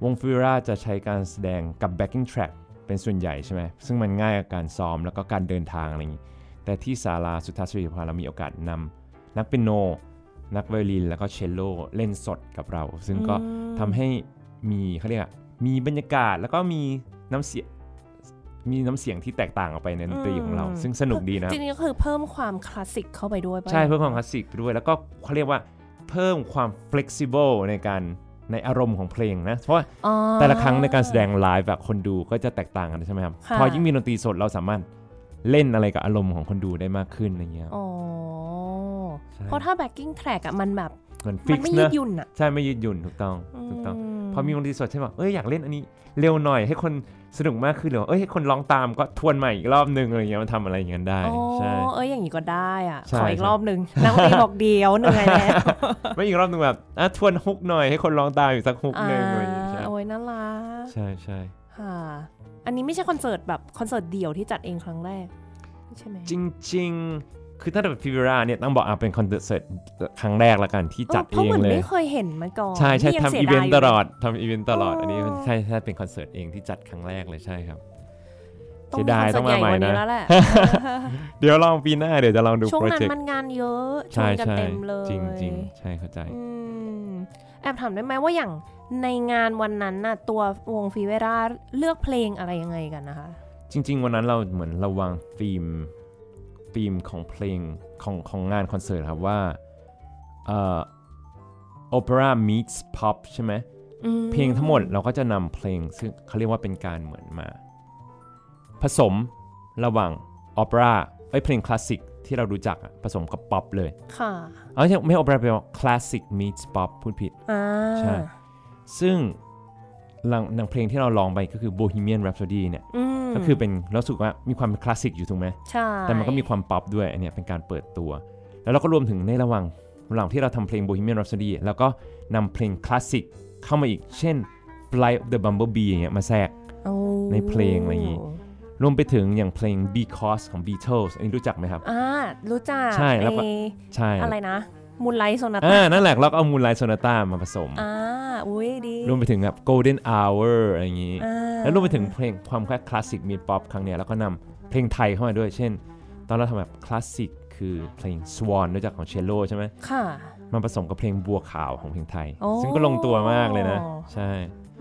Speaker 1: วงฟิเบราจะใช้การแสดงกับ backing track เป็นส่วนใหญ่ใช่ไหมซึ่งมันง่ายกับการซ้อมแล้วก็การเดินทางอะไรอย่างนี้ แต่ที่ศาลาสุทธาสรีภาเรามีโอกาสนำนักเปียโน นักไวโอลิน แล้วก็เชลโลเล่นสดกับเรา ซึ่งก็
Speaker 2: อืม
Speaker 1: ทำให้มีเขาเรียกอะมีบรรยากาศแล้วก็มีน้ำเสียงมีน้ำเสียงที่แตกต่างออกไปในดนตรีของเรา ซึ่งสนุกดีนะ
Speaker 2: จริงๆก็คือเพิ่มความคลาสสิกเข้าไปด้วยป่ะ
Speaker 1: ใช่เพิ่มความคลาสสิกไปด้วย แล้วก็เขาเรียกว่าเพิ่มความ flexible ในการในอารมณ์ของเพลงนะ เพราะว่า
Speaker 2: อ๋อ
Speaker 1: แต่ละครั้งในการแสดงไลฟ์แบบคนดูก็จะแตกต่างกันใช่ไหมครับ
Speaker 2: ค่ะ
Speaker 1: พอยิ่งมีดนตรีสดเราสามารถเล่นอะไรกับอารมณ์ของคนดูได้มากขึ้นอะไรเงี้ย
Speaker 2: อ๋อ
Speaker 1: ใช่
Speaker 2: เพราะถ้าแบ็กกิ้งแทร็กอะมันแบบ
Speaker 1: เหมือนฟิ
Speaker 2: มั
Speaker 1: ก
Speaker 2: นไม่
Speaker 1: ซ์
Speaker 2: ยื
Speaker 1: นะ
Speaker 2: ดหยุ่นอะ
Speaker 1: ใช่ไม่ยืดหยุ่นถูกต้องถูกต้อง
Speaker 2: ม
Speaker 1: พอมีดนตรีสดใช่ไหมเอ้ยอยากเล่นอันนี้เร็วหน่อยให้คนสนุกมากขึ้นหรือว่าเอ้ยให้คนร้องตามก็ทวนใหม่อีกรอบนึงอะไรเงี้ยมันทำอะไรอย่างนั้นได้
Speaker 2: อ๋อ
Speaker 1: ใช่
Speaker 2: เอ้ยอย่างนี้ก็ได้อ่ะ
Speaker 1: ใช่
Speaker 2: ขออีก
Speaker 1: ใช่
Speaker 2: รอบหนึ่งนักดนตรีบอกเดียวเหนื่อยแล้ว
Speaker 1: ไม่อีกรอบนึงแบบอ่ะทวนฮุกหน่อยให้คนร้องตามอีกสักฮุก
Speaker 2: อ่า
Speaker 1: หนึงอะไรอย่างเงี้ยใช่
Speaker 2: โอ้ยน่ารัก
Speaker 1: ใช่ใช่
Speaker 2: ค่ะ อันนี้ไม่ใช่คอนเสิร์ตแบบคอนเสิร์ตเดี่ยวที่จัดเองครั้งแรกใช่ไหม
Speaker 1: จริงๆ คือถ้าแบบฟิวราเนี่ยต้องบอกอ่ะเป็นคอนเสิร์ตครั้งแรกละกันที่จัดเอ
Speaker 2: เพราะ
Speaker 1: ง
Speaker 2: เหมือน
Speaker 1: เลย
Speaker 2: ไม่เคยเห็นมาก่อน
Speaker 1: ใช่ใช่
Speaker 2: นี่ยังสี
Speaker 1: ทำ
Speaker 2: ย
Speaker 1: อีเวนต์ต
Speaker 2: ดายยู่
Speaker 1: ลอดทำอีเวนต์ตลอด
Speaker 2: อ๋ออั
Speaker 1: อันนี้ใช่ใช่เป็นคอนเสิร์ตเองที่จัดครั้งแรกเลยใช่ครับ
Speaker 2: ต้อง
Speaker 1: เสียดาย
Speaker 2: คอนเสิร์ต
Speaker 1: ต้องมาใหม่
Speaker 2: ญ่กว่
Speaker 1: นะ
Speaker 2: แล้วแหละ
Speaker 1: เดี๋ยวลองปีหน้าเดี๋ยวจะลองดู
Speaker 2: ช่วง
Speaker 1: โปร
Speaker 2: นั้น
Speaker 1: เจกต์
Speaker 2: มันงานเยอะชว
Speaker 1: ใช่
Speaker 2: นกัน
Speaker 1: ใช่
Speaker 2: เต็มเลย
Speaker 1: จริงจริงๆใช่เข้าใจ
Speaker 2: อืมแอบถามได้ไหมว่าอย่างในงานวันนั้นน่ะตัววงฟีเวราเลือกเพลงอะไรยังไงกันนะคะ
Speaker 1: จริง ๆ วันนั้นเราเหมือนเราวางธีมธีมของเพลงของของงานคอนเสิร์ตครับว่าเอ่อ opera meets pop ใช่ไหม
Speaker 2: อืม
Speaker 1: เพลงทั้งหมดเราก็จะนำเพลงซึ่งเขาเรียกว่าเป็นการเหมือนมา ผสมระหว่างออเปร่าไอยเพลงคลาสสิกที่เรารู้จักอะผสมกับป๊อปเลย
Speaker 2: ค่ะ
Speaker 1: เอาไม่ใช่ไม่ออเปร่าเป็นคลาสสิก meets pop พูดผิด
Speaker 2: อ่า
Speaker 1: ใช่ ซึ่งหลังหนังเพลงที่เราลองไปก็คือ Bohemian Rhapsody เนี่ย
Speaker 2: ม
Speaker 1: ก็คือเป็นเรารู้สึกว่ามีความเป็นคลาสสิกอยู่ถูกไหม
Speaker 2: ใช่
Speaker 1: แต่มันก็มีความป๊อปด้วยอันเนี้ยเป็นการเปิดตัว แล้วเราก็รวมถึงในระหว่างระหว่างที่เราทำเพลง Bohemian Rhapsody แล้วก็นำเพลงคลาสสิกเข้ามาอีก เช่น Fly of the Bumblebee อย่างเงี้ยมาแทรก
Speaker 2: โอ้
Speaker 1: ในเพลงอะไรอย่างงี้ รวมไปถึงอย่างเพลง Because ของ Beatles อันนี้รู้จักไหมครับ
Speaker 2: อ่ารู้จัก
Speaker 1: ใช่แล้วก็
Speaker 2: ไอ้
Speaker 1: ใช่
Speaker 2: อะไรนะมูลไลท์โซนา
Speaker 1: อ่า
Speaker 2: ตา
Speaker 1: นั่นแหละเราก็เอา Moonlight Sonata มาผสม
Speaker 2: อ่าอุ้ยดี
Speaker 1: รวมไปถึงแบบ Golden Hour อะไรอย่างงี้
Speaker 2: อ่า
Speaker 1: แล้วรวมไปถึงเพลงความแค่คลาสสิกมีป๊อปครั้งเนี้ยแล้วก็นำเพลงไทยเข้ามาด้วย เช่น ตอนเราทำแบบคลาสสิกคือเพลง Swan รู้จักของเชลโลใช่ไหม
Speaker 2: ค่ะ
Speaker 1: มันผสมกับเพลงบัวขาวของเพลงไทย
Speaker 2: โอ้
Speaker 1: ซึ่งก็ลงตัวมากเลยนะ ใช่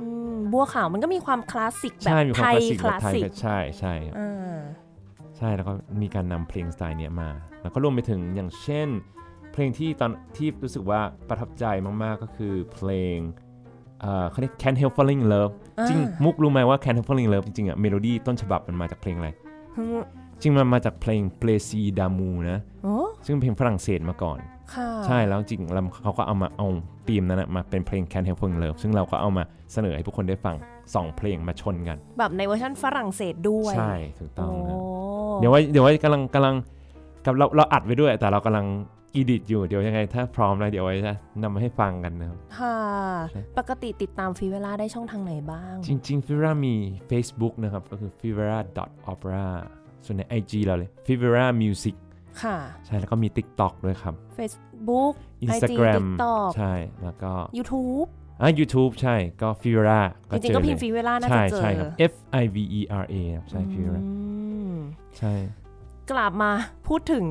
Speaker 2: อืมบัวขาวมันก็มีความคลาสสิกแบบ
Speaker 1: ใช่มีค
Speaker 2: ไท
Speaker 1: วาม
Speaker 2: ย
Speaker 1: คลาสสิกแบบ
Speaker 2: คลาส
Speaker 1: ไทย
Speaker 2: สิก
Speaker 1: ก็ใช่ใช่ครับ
Speaker 2: อ่า
Speaker 1: ใช่แล้วก็มีการนำเพลงสไตล์เนี้ยมา แล้วก็รวมไปถึงอย่างเช่น เพลงที่ตอนที่รู้สึกว่าประทับใจมากๆก็คือเพลงเอ่อเขาเรียก Can't Help Falling in Love จริงมุกรู้ไหมว่า Can't Help Falling in Love จริงๆอะเมโลดี้ต้นฉบับมันมาจากเพลงอะไร
Speaker 2: อืม
Speaker 1: จริงมันมาจากเพลง p l a c y d a m u นะ
Speaker 2: โอ้
Speaker 1: ซึ่งเป็นเพลงฝรั่งเศสมาก่อน
Speaker 2: ค่ะ
Speaker 1: ใช่แล้วจริงแล้วเขาก็เอามาเอาธีมนั้นนะมาเป็นเพลง Can't Help Falling in Love ซึ่งเราก็เอามาเสนอให้ผู้คนได้ฟังสองเพลงมาชนกัน
Speaker 2: แบบในเวอร์ชันฝรั่งเศสด้วย
Speaker 1: ใช่ถูกต้อง
Speaker 2: โ
Speaker 1: นะเดี๋ยวไว่าเดี๋ยวไว่ากำลังกำลังกับเราเราอัดไว้ด้วย แต่เรากำลังอีดิทอยู่เดี๋ยวยังไง ถ้าพร้อมแล้วเดี๋ยวไว้จะนำมาให้ฟังกันนะครับ
Speaker 2: ค่ะ
Speaker 1: ใช่
Speaker 2: ปกติติดตามฟีเวลาได้ช่องทางไหนบ้าง
Speaker 1: จริง ๆ f i v e r a มี Facebook นะครับ ก็คือ f i v e r a opera ส่วนใน IG เราเลย f i v e r a music
Speaker 2: ค่ะ
Speaker 1: ใช่แล้วก็มี TikTok ด้วยครับ
Speaker 2: Facebook
Speaker 1: Instagram
Speaker 2: TikTok
Speaker 1: ใช่แล้วก็
Speaker 2: YouTube
Speaker 1: อ่ะ YouTube ใช่ก็ f i v e r a
Speaker 2: จริงๆก็พิมพ์ฟีเวลาน่า
Speaker 1: ใช่
Speaker 2: จะเจอ
Speaker 1: ใช่ครับ F I V E R A ครับใช่ f i v e r a
Speaker 2: อืม
Speaker 1: ใช่
Speaker 2: กลับมาพูด ถึง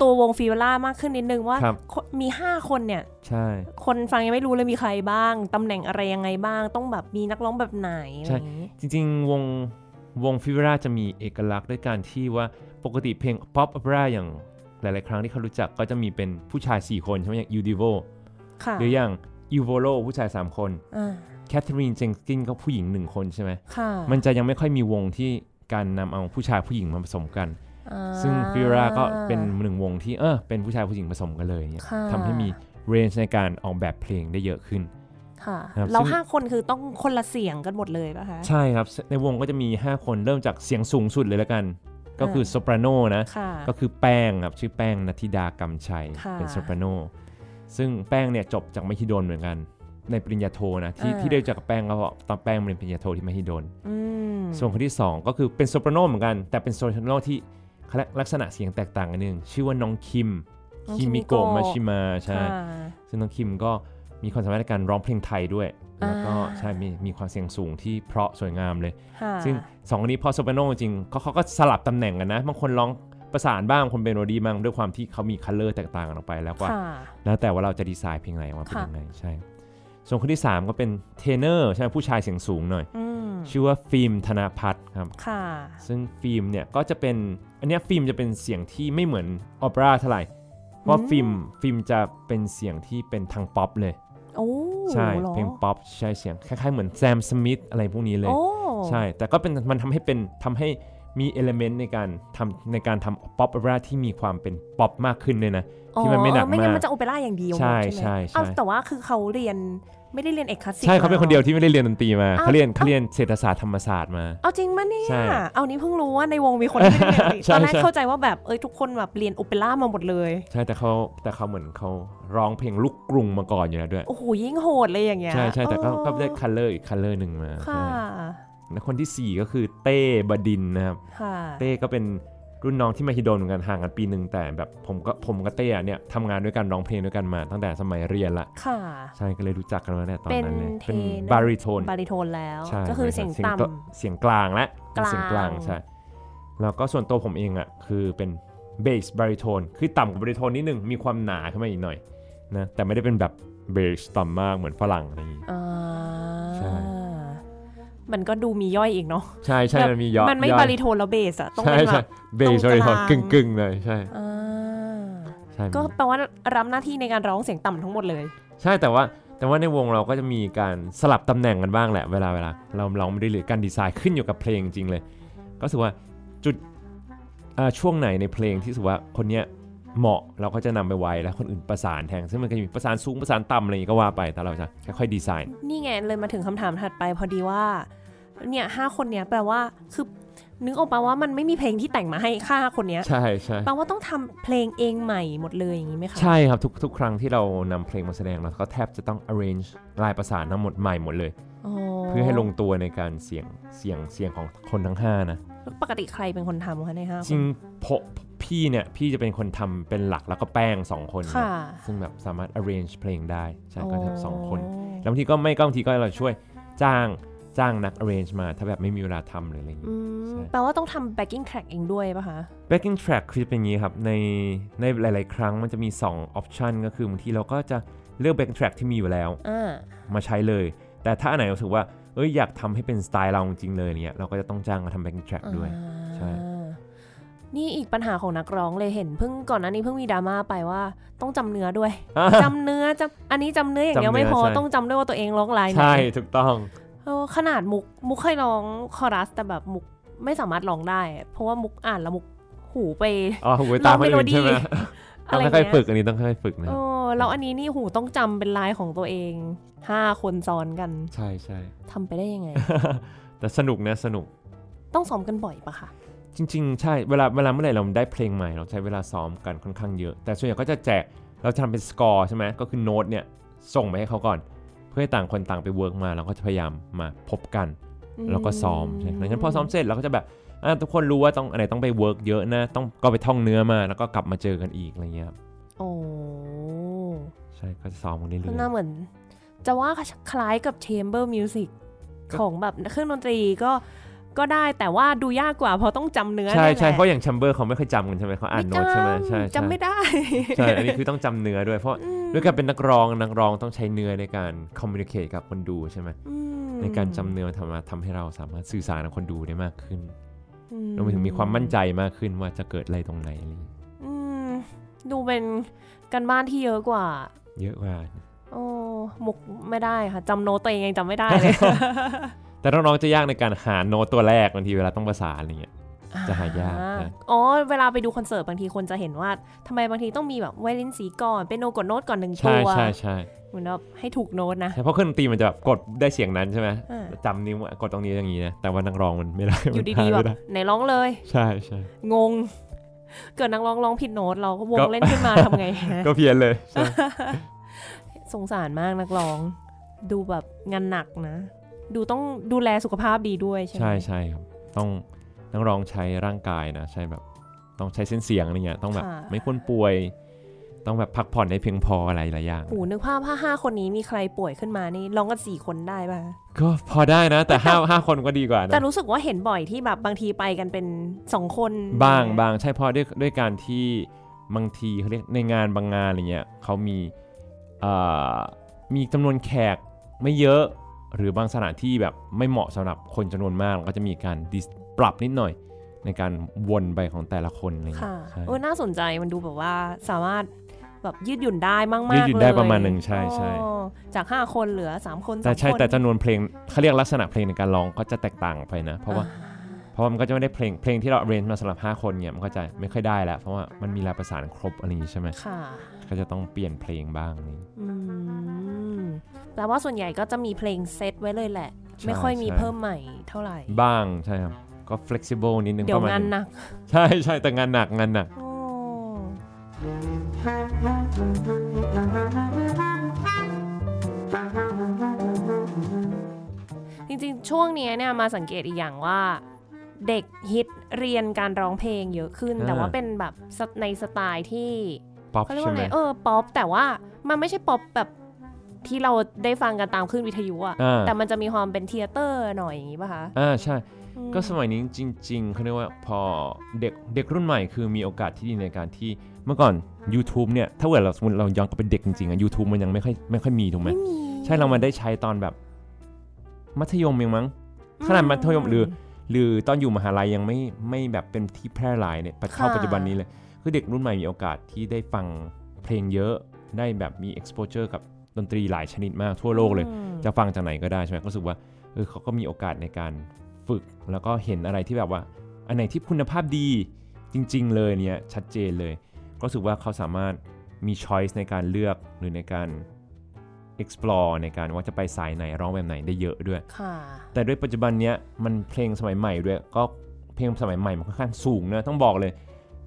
Speaker 2: ตัววงฟีเวล่ามากขึ้นนิดนึงว่า
Speaker 1: ครับ
Speaker 2: คนมี 5 คนเนี่ย
Speaker 1: ใช่
Speaker 2: คนฟังยังไม่รู้เลยมีใครบ้าง ตำแหน่งอะไรยังไงบ้าง ต้องแบบมีนักร้องแบบไหนอะไร
Speaker 1: ใช่
Speaker 2: อย่างนี้
Speaker 1: จริงๆ วงวงฟิวราจะมีเอกลักษณ์ด้วยการที่ว่าปกติเพลงป๊อปอเปร่าอย่างหลายๆ ครั้งที่เขารู้จักก็จะมีเป็นผู้ชาย 4 คนใช่ไหมอย่างยูดิโว
Speaker 2: ค่ะ
Speaker 1: หรืออย่างยูโวโ o ผู้ชาย 3 คน
Speaker 2: อ่า
Speaker 1: แคทเธอรีนเจงกินก็ผู้หญิง 1 คนใช่ไหม
Speaker 2: ค่ะ
Speaker 1: มันจะยังไม่ค่อยมีวงที่การนำเอาผู้ชายผู้หญิงมาผสมกัน
Speaker 2: อ่า
Speaker 1: ซึ่งฟิวราก็เป็นหนึ่งวงที่เออเป็นผู้ชายผู้หญิงผสมกันเลยเนี่ย
Speaker 2: ค่ะ
Speaker 1: ทำให้มีเรนจ์ในการออกแบบเพลงได้เยอะขึ้น
Speaker 2: ค่ะ
Speaker 1: ครับ
Speaker 2: เรา
Speaker 1: ซึ่ง
Speaker 2: ห้าคนคือต้องคนละเสียงกันหมดเลยป่ะคะ
Speaker 1: ใช่ครับ ในวงก็จะมี 5 คนเริ่มจากเสียงสูงสุดเลยแล้วกัน ก็คือโซปราโนนะ
Speaker 2: ค่ะ
Speaker 1: ก็คือแป้งครับ ชื่อแป้งนัทธิดากำชัย
Speaker 2: ค่ะ
Speaker 1: เป็นโซปราโน ซึ่งแป้งเนี่ยจบจากมหิดลเหมือนกัน ในปริญญาโทนะ ที่ที่ได้รู้จากบแป้งก็เพราะตอนแป้งเรียนปริญญาโทที่มหิดล
Speaker 2: อืม
Speaker 1: ส่วนคนที่ 2 ก็คือเป็นโซปราโนเหมือนกัน แต่เป็นโซปราโนที่ลักษณะเสียงแตกต่างกันหนึงชื่อว่าน้องคิมคิมิโกะมาชิมาใช่
Speaker 2: ค่ะ
Speaker 1: ซึ่งน้องคิมก็มีความสามารถในการร้องเพลงไทยด้วย แล้วก็
Speaker 2: อ่า
Speaker 1: ใช่มีมีความเสียงสูงที่เพราะสวยงามเลย
Speaker 2: ค่ะ
Speaker 1: ซึ่งสองคนนี้พอโซเปโนจริงๆเขาเขาก็สลับตำแหน่งกันนะ บางคนร้อง ประสานบ้างคนเป็นโรดี้บ้างด้วยความที่เขามีคัลเลอร์แตกต่างกันออกไปแล้วก็
Speaker 2: ค่ะ
Speaker 1: แล้วแต่ว่าเราจะดีไซน์เพลงอะไรออกมาเป็น
Speaker 2: ค่ะ
Speaker 1: ยังไงใช่ ส่วนคนที่ 3 ก็เป็นเทเนอร์ใช่ไหมผู้ชายเสียงสูงหน่อย
Speaker 2: อืม
Speaker 1: ชื่อว่าฟิล์มธนพัฒน์ครับ
Speaker 2: ค่ะ
Speaker 1: ซึ่งฟิล์มเนี่ยก็จะเป็นอันเนี้ยฟิล์มจะเป็นเสียงที่ไม่เหมือนออเปร่าเท่าไหร่ เพราะฟิล์มฟิล์มจะเป็นเสียงที่เป็นทางป๊อปเลย
Speaker 2: โอ้
Speaker 1: ใช่
Speaker 2: หรอ
Speaker 1: เพลงป๊อปใช่เสียงคล้ายๆเหมือนแซมสมิธอะไรพวกนี้เลย
Speaker 2: โอ้
Speaker 1: ใช่ แต่ก็เป็นมันทำให้เป็นทำให้มีเอลเมนต์ในการทำในการทำป๊อปอเปร่าที่มีความเป็นป๊อปมากขึ้นเลยนะ ที่มันไม่หนัก
Speaker 2: อ๋อไม่งั้น
Speaker 1: มาก
Speaker 2: มันจะโอเปร่าอย่างเดียว
Speaker 1: ใช่
Speaker 2: ไหม
Speaker 1: ใช่ใช่
Speaker 2: อ้าวแต่ว่าคือเขาเรียนไม่ได้เรียนเอกคลาสสิก
Speaker 1: ใช่เขาเป็น
Speaker 2: ม
Speaker 1: คนเดียวที่ไม่ได้เรียนดนตรีมา
Speaker 2: อ้าว
Speaker 1: เขาเรียน
Speaker 2: อ้าว
Speaker 1: เขาเรียนเศรษฐศาสตร์ธรรมศาสตร์มา
Speaker 2: เอาจริงมะเนี่ย
Speaker 1: ใช่
Speaker 2: เอานี้เพิ่งรู้ว่าในวงมีคนที่ไม่ได้เรียนดนตรี
Speaker 1: ใช่
Speaker 2: ตอนแรก
Speaker 1: ใช่
Speaker 2: เข้าใจว่าแบบเอ้ยทุกคนแบบเรียนโอเปร่ามาหมดเลย
Speaker 1: ใช่แต่เขาแต่เขาเหมือนเขาร้องเพลงลูกกรุงมาก่อนอยู่แล้วด้วย
Speaker 2: โอ้โหยิ่งโหดเลยอย่างเงี้ย
Speaker 1: ใช่ใช่แต่ก็
Speaker 2: เออ
Speaker 1: ก็ได้คัลเลอร์อีกคัลเลอร์หนึ่งมา
Speaker 2: ค่ะ
Speaker 1: ใช่แล้วคนที่ 4 ก็คือเต้บดินทร์นะครับ
Speaker 2: ค่ะ
Speaker 1: เต้ก็เป็นรุ่นน้องที่มาฮิโดนเหมือนกันห่างกันปีหนึ่งแต่แบบผมก็ผมกับเต้อะเนี่ยทำงานด้วยกันร้องเพลงด้วยกันมาตั้งแต่สมัยเรียนละ
Speaker 2: ค่ะ
Speaker 1: ใช่ก็เลยรู้จักกันมาเนี่ยตอนนั้นเลย
Speaker 2: เป็นเทน
Speaker 1: บาริโทน
Speaker 2: บาริโทนแล้ว
Speaker 1: ใช่
Speaker 2: ก็คือ
Speaker 1: ใช่
Speaker 2: เสียง
Speaker 1: กลา
Speaker 2: ต่ำ
Speaker 1: เสียงกลางและ
Speaker 2: กลาง
Speaker 1: เสียงกลางใช่แล้วก็ส่วนตัวผมเองอ่ะคือเป็นเบสบาริโทนคือต่ำกว่าบาริโทนนิดนึงมีความหนาขึ้นมาอีกหน่อยนะแต่ไม่ได้เป็นแบบเบสต่ำมากเหมือนฝรั่งอะไรอย่างงี้
Speaker 2: อ่า
Speaker 1: ใช่
Speaker 2: มันก็ดูมีย่อยอีกเนาะ
Speaker 1: ใช่ใช่
Speaker 2: แบบ
Speaker 1: มันมีย่อย
Speaker 2: มันไม่
Speaker 1: ย่อย
Speaker 2: บาริโทนแล้วเบสอะต้อง
Speaker 1: ใช่
Speaker 2: เป็นแบ
Speaker 1: ใช่
Speaker 2: บ
Speaker 1: เบส
Speaker 2: ตรง
Speaker 1: บาริโทน
Speaker 2: กลาง
Speaker 1: กึ่งๆเลยใช่
Speaker 2: อ่า
Speaker 1: ใช่
Speaker 2: ก็แปลว่ารับหน้าที่ในการร้องเสียงต่ำทั้งหมดเลย
Speaker 1: ใช่แต่ว่าแต่ว่าในวงเราก็จะมีการสลับตำแหน่งกันบ้างแหละเวลาเวลาเราเราไม่ได้หรือการดีไซน์ขึ้นอยู่กับเพลงจริงเลย ก็รู้สึกว่าจุดเอ่อช่วงไหนในเพลงที่รู้สึกว่าคนเนี้ยเหมาะเราก็จะนำไปไว้แล้วคนอื่นประสานแทนซึ่งมันก็จะมีประสานสูงประสานต่ำอะไรอย่างงี้ก็ว่าไปแต่เราจะค่อยๆดีไซน์
Speaker 2: นี่ไงเลยมาถึงคำถามถัดไปพอดีว่า เนี่ยห้าคนเนี้ยแปลว่าคือนึกออกปะว่ามันไม่มีเพลงที่แต่งมาให้ค่าคนเนี้ย
Speaker 1: ใช่ใช่
Speaker 2: แปลว่าต้องทำเพลงเองใหม่หมดเลยอย่างนี้ไหมคะ
Speaker 1: ใช่ครับทุกทุกครั้งที่เรานำเพลงมาแสดงเราก็แทบจะต้อง arrange ลายประสานทั้งหมดใหม่หมดเลย เพื่อให้ลงตัวในการเสียงเสียงเสียงของคนทั้งห้านะ
Speaker 2: แล้วปกติใครเป็นคนทำคะในห้าค
Speaker 1: จริ
Speaker 2: น
Speaker 1: งพพี่เนี่ยพี่จะเป็นคนทำเป็นหลักแล้วก็แป้งสองคนนะ
Speaker 2: ค่ะ
Speaker 1: ซึ่งแบบสามารถ arrange เพลงได้ใช่ก็
Speaker 2: อ๋อ
Speaker 1: ทำสองคนแล้วบางทีก็ไม่ก็บางทีก็เราช่วยจ้างจ้างนัก arrange มา ถ้าแบบไม่มีเวลาทำหรืออะไรอย่าง
Speaker 2: อื
Speaker 1: งี้
Speaker 2: ม
Speaker 1: ใช่
Speaker 2: แปลว่าต้องทำ backing track เองด้วยป่ะคะ
Speaker 1: backing track คือจะเป็นอย่างงี้ครับในในหลาย ๆ ครั้งมันจะมี 2 option ก็คือบางทีเราก็จะเลือก backing track ที่มีอยู่แล้ว
Speaker 2: อ่า
Speaker 1: มาใช้เลย แต่ถ้าอันไหนรู้สึกว่าเอ้ยอยากทำให้เป็นสไตล์เราจริงๆเลยเนี่ยเราก็จะต้องจ้างมาทำ backing track ด้วย ใช่
Speaker 2: อ่านี่อีกปัญหาของนักร้องเลยเห็นเพิ่งก่อนหน้านี้เพิ่งมีดราม่าไปว่าต้องจำเนื้อด้วย จำเนื้อจำอันนี้จำเนื้ออย่างเดียวไม่พอ
Speaker 1: จำเนื้อใช่
Speaker 2: ต้องจำด้วยว่าตัวเองร้องไลน์ไหน
Speaker 1: ใช่ถูกต้อง
Speaker 2: เออขนาดมุกมุกเคยร้องคอรัสแต่แบบมุกไม่สามารถร้องได้ เพราะว่ามุกอ่านแล้วมุกหูไป
Speaker 1: อ๋อหูไปตามคนอื่นใช่ไหม
Speaker 2: ลองเมโล
Speaker 1: ต้อง
Speaker 2: ดี้
Speaker 1: ค่อยๆฝึกอันนี้ต้องค่อยๆฝึกนะ
Speaker 2: เออแล้วอันนี้นี่หูต้องจำเป็นลายของตัวเอง 5 คนซ้อนกัน
Speaker 1: ใช่ใช่
Speaker 2: ทำไปได้ยังไง
Speaker 1: แต่สนุกนะสนุก
Speaker 2: ต้องซ้อมกันบ่อยปะคะ
Speaker 1: จริง ๆ ใช่เวลาเวลาเมื่อไหร่เราได้เพลงใหม่ เราใช้เวลาซ้อมกันค่อนข้างเยอะ แต่ส่วนใหญ่ก็จะแจกเราจะทำเป็นสกอร์ใช่ไหมก็คือโน้ตเนี่ยส่งไปให้เขาก่อน เพื่อให้ต่างคนต่างไปเวิร์กมาเราก็จะพยายามมาพบกัน แล้วก็ซ้อมใช่ดังนั้นพอซ้อมเสร็จเราก็จะแบบอ่ะทุกคนรู้ว่าต้องอะไรต้องไปเวิร์กเยอะนะต้องก็ไปท่องเนื้อมาแล้วก็กลับมาเจอกันอีกอะไรเงี้ยครับ
Speaker 2: โอ้
Speaker 1: ใช่ก็จะซ้อมกันเรื่อย
Speaker 2: น่า
Speaker 1: ๆ
Speaker 2: เหมือน จะว่าคล้ายกับ chamber music ของแบบเครื่องดนตรีก็ก็ได้แต่ว่าดูยากกว่าเพราะต้องจำเนื้อ
Speaker 1: ใช่ใช่
Speaker 2: นั่น
Speaker 1: เพ
Speaker 2: แหละ
Speaker 1: ราะอย่างแชมเบอร์เขาไม่ค่อยจำกันใช่ไหมเขาอ่านโน้ตใช่ไหมใช่
Speaker 2: จำ
Speaker 1: ใช่
Speaker 2: ไม่ได้
Speaker 1: ใช่ อันนี้คือต้องจำเนื้อด้วย เพราะ
Speaker 2: อืม
Speaker 1: ด้วยการเป็นนักร้องนักร้องต้องใช้เนื้อในการคอมมิ n i เค e กับคนดูใช่ไหม
Speaker 2: อืม
Speaker 1: ในการจำเนื้อทำมาทำให้เราสามารถสื่อสารกับคนดูได้มากขึ้น
Speaker 2: อื
Speaker 1: รวมไปถึงมีความมั่นใจมากขึ้นว่าจะเกิดอะไรตรงไหนอะไรอย่างเงี้ย
Speaker 2: อืมดูเป็นการบ้านที่เยอะกว่า
Speaker 1: เยอะกว่า
Speaker 2: โอ้มุกไม่ได้ค่ะจำโน้ตตัวเองยังจำไม่ได้เลย
Speaker 1: แต่น้องๆจะยากในการหาโน้ตตัวแรกบางทีเวลาต้องประสานอะไรเงี้ย จะหายากนะ
Speaker 2: อ๋อ เวลาไปดูคอนเสิร์ตบางทีคนจะเห็นว่าทำไมบางทีต้องมีแบบไวโอลินสีก่อนเป็นโนกดโน้ตก่อนหนึ่ง
Speaker 1: ใช่
Speaker 2: ตัว
Speaker 1: ใช่ใช่
Speaker 2: เหมือนแบบให้ถูกโน้ตนะ
Speaker 1: ใช่เพราะเครื่องดนตรีมันจะแบบกดได้เสียงนั้นใช่ไหม
Speaker 2: อ่า
Speaker 1: จำนิ้วกดตรงนี้อย่างนี้นะแต่ว่านักร้องมันไม่ได้
Speaker 2: อยู่
Speaker 1: มัน
Speaker 2: ดีๆแบ
Speaker 1: หา
Speaker 2: บ
Speaker 1: ไม่ไ
Speaker 2: ไหนร้องเลย
Speaker 1: ใช่ใช่
Speaker 2: งง เกิดนักร้องร้องผิดโน้ตเราก็วง
Speaker 1: ก็
Speaker 2: เล่นขึ้นมาทำไง
Speaker 1: ก็เพี้ยนเลยใช่
Speaker 2: สงสารมากนักร้อง ดูแบบงานหนักนะ ดูต้องดูแลสุขภาพดีด้วยใช่ไหม
Speaker 1: ใช่ใช่ครับต้องต้องลองใช้ร่างกายนะ ใช้แบบต้องใช้เส้นเสียงอะไรเงี้ยต้องแบบ
Speaker 2: ค่ะ
Speaker 1: ไม่ควรป่วย ต้องแบบพักผ่อนให้เพียงพออะไรหลายอย่าง
Speaker 2: โอ้นึกภาพถ้าห้าคนนี้มีใครป่วยขึ้นมานี่ร้องกันสี่คนได้ป่ะ
Speaker 1: ก็พอได้นะ แต่ห้าห้าคนก็ดีกว่า
Speaker 2: แต่
Speaker 1: นะ
Speaker 2: รู้สึกว่าเห็นบ่อยที่แบบบางทีไปกันเป็นสองคน
Speaker 1: บ้างบางใช่เพราะด้วยด้วยการที่บางทีเขาเรียกในงานบางงานอะไรเงี้ยเขามีเอ่อมีจำนวนแขกไม่เยอะ หรือบางสถานที่แบบไม่เหมาะสำหรับคนจำนวนมากก็จะมีการดิสปรับนิดหน่อย ในการวนไปของแต่ละคนอะไรเงี้
Speaker 2: ค่ะ
Speaker 1: ยใช่
Speaker 2: โอ้น่าสนใจมันดูแบบว่าสามารถแบบยืดหยุ่นได้มากๆ
Speaker 1: ยืดหยุ่นได้
Speaker 2: เลย
Speaker 1: ประมาณหนึ่งใช่ใช่
Speaker 2: อ๋อจากห้าคนเหลือสามคน
Speaker 1: แต่ใช่
Speaker 2: สองคน
Speaker 1: แต่จำนวนเพลงเขาเรียกลักษณะเพลงในการร้องก็จะแตกต่างไปนะ เพราะว่า
Speaker 2: อ่
Speaker 1: เพราะว่ามันก็จะไม่ได้เพลงเพลงที่เราเรนจ์มาสำหรับ 5 คนเนี่ยมันก็จะไม่ค่อยได้แล้วเพราะว่ามันมีลายประสานครบอะไรอย่างนี้ใช่ไหม
Speaker 2: ค่ะ
Speaker 1: ก็จะต้องเปลี่ยนเพลงบ้างนี่
Speaker 2: อืมแปลว่าส่วนใหญ่ก็จะมีเพลงเซตไว้เลยแหละ
Speaker 1: ใช่
Speaker 2: ไม่ค่อยมี
Speaker 1: ใช่
Speaker 2: เพิ่มใหม่เท่าไหร่
Speaker 1: บ้างใช่ครับ ก็ flexible นิดนึง
Speaker 2: เดี๋ย
Speaker 1: ป
Speaker 2: ว
Speaker 1: ระมาณ
Speaker 2: งานหนัก
Speaker 1: ใช่ใช่แต่งานหนักงานหนัก
Speaker 2: โอ้จริงๆ ช่วงเนี้ยเนี่ยมาสังเกตอีกอย่างว่า เด็กฮิตเรียนการร้องเพลงเยอะขึ้น
Speaker 1: อ่า
Speaker 2: แต่ว่าเป็นแบบสไในสไตล์ที่
Speaker 1: ป๊อป
Speaker 2: เขาเรียก
Speaker 1: ใช่
Speaker 2: ว่า
Speaker 1: ไห
Speaker 2: อะ
Speaker 1: ม
Speaker 2: ไรเออป๊อปแต่ว่ามันไม่ใช่ป๊อปแบบที่เราได้ฟังกันตามคลื่นวิทยุอะ
Speaker 1: อ่า
Speaker 2: แต่มันจะมีความเป็นเทเตอร์หน่อยอย่างนี้ป่ะคะ
Speaker 1: อ่าใช่
Speaker 2: อืม
Speaker 1: ก็สมัยนี้จริงๆเขาเรียกว่าพอเด็กเด็กรุ่นใหม่คือมีโอกาสที่ดีในการที่เมื่อก่อน YouTube เนี่ย ถ้าเกิดเราสมมติเราย้อนกลับไปเด็กจริงๆอ่ะ YouTube มันยังไม่ค่อยไม่ค่อยมีถูกไหม
Speaker 2: ไม่มี
Speaker 1: ใช่เรามาได้ใช้ตอนแบบ มัธยมยังมั้ง ขนาดมัธยมหรือ หรือตอนอยู่มหาลัยยังไม่ไม่แบบเป็นที่แพร่หลายเนี่ยเท่าปัจจุบันนี้เลย คือเด็กรุ่นใหม่มีโอกาสที่ได้ฟังเพลงเยอะได้แบบมี exposure กับดนตรีหลายชนิดมากทั่วโลกเลย
Speaker 2: อืม
Speaker 1: จะฟังจากไหนก็ได้ใช่ไหมก็รู้สึกว่าเออเขาก็มีโอกาสในการฝึก แล้วก็เห็นอะไรที่แบบว่า อันไหนที่คุณภาพดีจริง ๆ เลยเนี่ยชัดเจนเลย ก็รู้สึกว่าเขาสามารถมี choice ในการเลือกหรือในการ explore ในการว่าจะไปสายไหนร้องแบบไหนได้เยอะด้วย
Speaker 2: ค่ะ
Speaker 1: แต่ด้วยปัจจุบันเนี้ยมันเพลงสมัยใหม่ด้วยก็เพลงสมัยใหม่มันค่อนข้างสูงนะต้องบอกเลย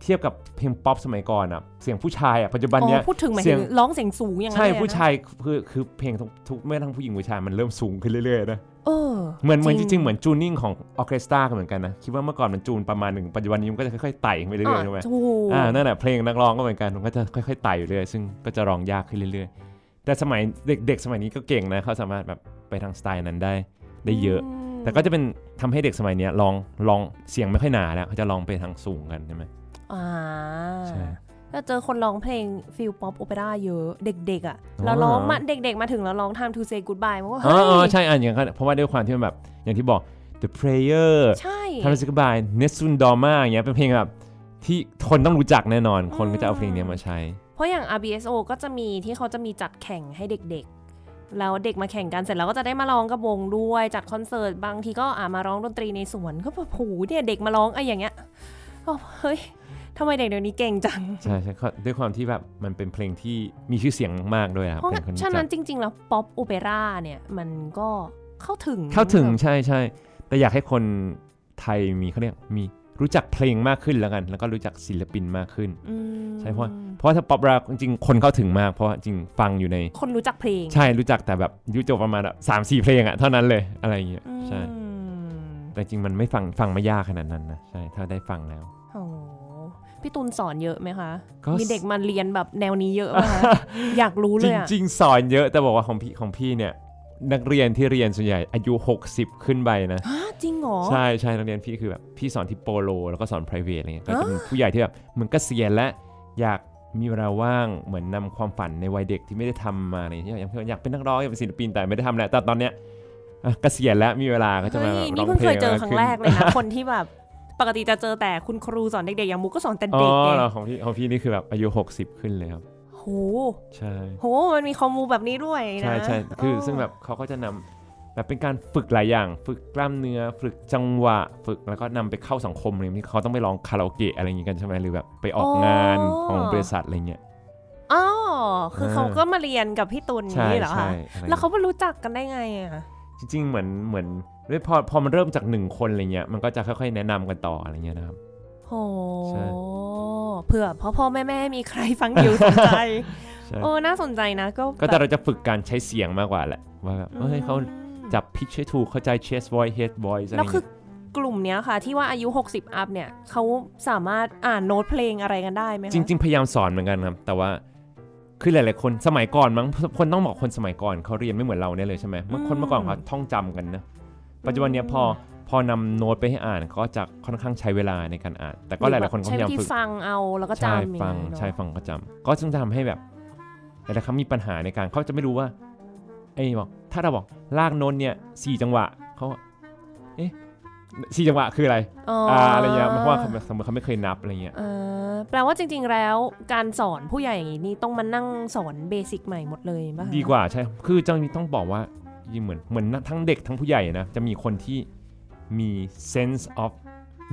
Speaker 1: เทียบกับเพลงป๊อปสมัยก่อนอะเสียงผู้ชายอะปัจจุบันเนี้ย
Speaker 2: อ๋อพูดถึงหมาย
Speaker 1: เสี
Speaker 2: ถึ
Speaker 1: ยง
Speaker 2: งร้องเสียงสูงอย่างนั้น
Speaker 1: ใช่
Speaker 2: เลยอะนะ
Speaker 1: ผู้ชายคือคือเพลงทุกทุกไม่ทั้งผู้หญิงผู้ชายมันเริ่มสูงขึ้นเรื่อยๆนะ
Speaker 2: เออ
Speaker 1: เหมือนเหมือนจริงๆเหมือนจูนนิ่งของออร์เคสตราก็เหมือนกันนะคิดว่าเมื่อก่อนมันจูนประมาณหนึ่งปัจจุบันนี้มันก็จะค่อยๆไต่ขึ้นไปเรื่อยๆใช่ไหม
Speaker 2: ถูก
Speaker 1: อ่า นั่นแหละเพลงนักร้องก็เหมือนกัน มันก็จะค่อยๆไต่อยู่เรื่อย ซึ่งก็จะร้องยากขึ้นเรื่อยๆ แต่สมัยเด็กๆ สมัยนี้ก็เก่งนะเขาสามารถแบบไปทางสไตล์นั้นได้ได้เยอะ
Speaker 2: ม
Speaker 1: แต่ก็จะเป็นทำให้เด็กสมัยเนี้ยลองลองเสียงไม่ค่อยหนาแล้วเขาจะลองไปทางสูงกันใช่ไหม
Speaker 2: อ่า
Speaker 1: ใช่
Speaker 2: ก็เจอคนร้องเพลงฟิลป๊อปโอเปร่าเยอะเด็กๆอะ
Speaker 1: อ๋อ
Speaker 2: แล้วร้องมาเด็กๆมาถึงแล้วร้อง time to say goodbye มันก็
Speaker 1: อ๋
Speaker 2: เฮ้
Speaker 1: ออ๋อย ใช่อ่านอย่างนั้นเพราะว่าด้วยความที่มันแบบอย่างที่บอก The Prayer
Speaker 2: ใช่
Speaker 1: ทารุสิกบายเนสซุนดอมาอย่างเงี้ยเป็นเพลงแบบที่คนต้องรู้จักแน่นอน คนก็จะเอาเพลงเนี้ยมาใช้
Speaker 2: เพราะอย่าง RBSO ก็จะมีที่เขาจะมีจัดแข่งให้เด็กๆ แล้วเด็กมาแข่งกันเสร็จแล้วก็จะได้มาร้องกับวงด้วยจัดคอนเสิร์ตบางทีก็อ่ามาร้องดนตรีในสวนก็แบบโหเนี่ยเด็กมาร้องไอ้อย่างเงี้ยอ้าวเฮ้ยทำไมเด็กเดี๋ยวนี้เก่งจัง
Speaker 1: ใช่ใช่ก็ด้วยความที่แบบมันเป็นเพลงที่มีชื่อเสียงมากๆด้วยนะครับ
Speaker 2: เพราะ
Speaker 1: เป็นคนรู้
Speaker 2: ฉะ
Speaker 1: จั
Speaker 2: นั้
Speaker 1: ก
Speaker 2: นจริง ๆ แล้วป๊อปโอเปร่าเนี่ยมันก็เข้าถึง
Speaker 1: เข้าถึง
Speaker 2: แบบ
Speaker 1: ใช่ใช่แต่อยากให้คนไทยมีเขาเรียกมีรู้จักเพลงมากขึ้นแล้วกัน แล้วก็รู้จักศิลปินมากขึ้น
Speaker 2: อืม
Speaker 1: ใช่เพราะเพราะถ้าป๊อปร็อกจริงๆคนเข้าถึงมากเพราะจริงฟังอยู่ใน
Speaker 2: คนรู้จักเพลง
Speaker 1: ใช่รู้จักแต่แบบยุคจบประมาณสามสี่เพลงอะเท่านั้นเลยอะไรอย่างเงี้ยใช่
Speaker 2: อืม
Speaker 1: แต่จริงมันไม่ฟังฟังไม่ยากขนาดนั้นนะใช่ถ้าได้ฟังแล้ว
Speaker 2: โอ้โหพี่ตูนสอนเยอะไหมคะ
Speaker 1: ก็
Speaker 2: มีเด็กมาเรียนแบบแนวนี้เยอะไหมคะ อยากรู้เล
Speaker 1: จ
Speaker 2: ยอะ
Speaker 1: ริงๆ สอนเยอะแต่บอกว่าของพี่ของพี่เนี่ยนักเรียนที่เรียนส่วนใหญ่อายุ 60 ขึ้นไปนะ
Speaker 2: ฮะจริงเหรอ
Speaker 1: ใช่ใช่นักเรียนพี่คือแบบพี่สอนที่โปโล แล้วก็สอน p r i v a t อะไรเงี้ยก็จะเป็นผู้ใหญ่ที่แบบเหมือนเกษียณแล้วอยากมีเวลาว่างเหมือนนำความฝันในวัยเด็กที่ไม่ได้ทำมาอะไรเงี้ยอย่างเช่นอยากเป็นนักร้องอยากเป็นศิลปินแต่ไม่ได้ทำแล้วแต่ตอนเนี้ยอ่ะเกษียณแล้วมีเวลาก็จะมา
Speaker 2: เฮ้ย
Speaker 1: ร้อ
Speaker 2: นี่
Speaker 1: ง
Speaker 2: เพิ่ง
Speaker 1: เพล
Speaker 2: เค
Speaker 1: ง
Speaker 2: ยเจอครั้งแรกเลย นะ คนที่แบบปกติจะเจอแต่คุณครูสอนเด็กๆอย่างมุกก็สอนแต่
Speaker 1: อ๋
Speaker 2: เด็ก
Speaker 1: อ
Speaker 2: ไง
Speaker 1: เหรอของพี่ของพี่นี่คือแบบอายุ 60 ขึ้นเลยครับ
Speaker 2: โห
Speaker 1: ใช่
Speaker 2: โหมันมีคอมมูแบบนี้ด้วยนะ
Speaker 1: ใช่ใช่คือซึ่งแบบเขาก็จะนำแบบเป็นการฝึกหลายอย่าง ฝึกกล้ามเนื้อ ฝึกจังหวะ ฝึกแล้วก็นำไปเข้าสังคมเลยที่เขาต้องไปร้องคาราโอเกะอะไรอย่างงี้กันใช่ไหมหรือแบบไปออกงานของบริษัทอะไรเงี้ย
Speaker 2: อ๋อคือเขา
Speaker 1: อ่า
Speaker 2: ก็มาเรียนกับพี่ตุลอย่าง
Speaker 1: ใช่
Speaker 2: นี่เหรอ
Speaker 1: ใช่
Speaker 2: คะ
Speaker 1: อะไร
Speaker 2: แล้วเขาไปรู้จักกันได้ไงอ่ะ
Speaker 1: จริงๆเหมือนเหมือนด้วยพอพอมันเริ่มจากหนึ่งคนอะไรเงี้ยมันก็จะค่อยๆแนะนำกันต่ออะไรเงี้ยนะครับ
Speaker 2: โห
Speaker 1: ใช่
Speaker 2: เผื่อพ่อพ่อแม่แม่มีใครฟังอยู่สนใจ
Speaker 1: ใช่
Speaker 2: โอ้น่าสนใจนะก็
Speaker 1: ก็แต่
Speaker 2: แบบ
Speaker 1: เราจะฝึกการใช้เสียงมากกว่าแหละว่าแบบเฮ้ยเขาจับพิชใช้ถูกเข้าใจ chest voice head voice อะไร
Speaker 2: แล้วคื
Speaker 1: เงี้
Speaker 2: อย กลุ่มเนี้ยค่ะ ที่ว่าอายุ 60 อัพเนี่ยเขาสามารถอ่านโน้ตเพลงอะไรกันได้ไหมคะ
Speaker 1: จริง ๆ พยายามสอนเหมือนกันครับ แต่ว่า คือหลาย ๆ คนสมัยก่อนมั้งคนต้องบอกคนสมัยก่อนเขาเรียนไม่เหมือนเราเนี่ยเลยใช่ไหมเมื่อคนเมื่อก่อนเขาท่องจำกันนะปัจจุบันเนี้ยพอพอนำโน้ตไปให้อ่านก็จะค่อนข้างใช้เวลาในการอ่าน แต่ก็หลาย ๆ คนก็พ
Speaker 2: ใช้
Speaker 1: ยายาม
Speaker 2: วิธี
Speaker 1: ฝึก
Speaker 2: ฟังเอาแล้วก็จำ
Speaker 1: ใช่
Speaker 2: อย่าง
Speaker 1: ฟัง
Speaker 2: นี้เนอะ
Speaker 1: ใช่ฟังก็จำก็จึงทำให้แบบแต่ละครั้งมีปัญหาในการเขาจะไม่รู้ว่าไอ้บอก ถ้าเราบอกลากโนนเนี่ยสี่จังหวะเขาก็เอ๊ะสี่จังหวะคืออะไร
Speaker 2: อ๋ออ
Speaker 1: อ่าอะไรเงี้ยเพราะว่าเขาสมมติเขาไม่เคยนับอะไรเงี้ย
Speaker 2: เออแปลว่าจริง ๆ แล้วการสอนผู้ใหญ่อย่างนี้นี่ต้องมานั่งสอนเบสิกใหม่หมดเลยป่ะคะ
Speaker 1: ดีกว่าใช่คือจังนี้ต้องบอกว่าเหมือนเหมือนทั้งเด็กทั้งผู้ใหญ่นะจะมีคนที่มี sense of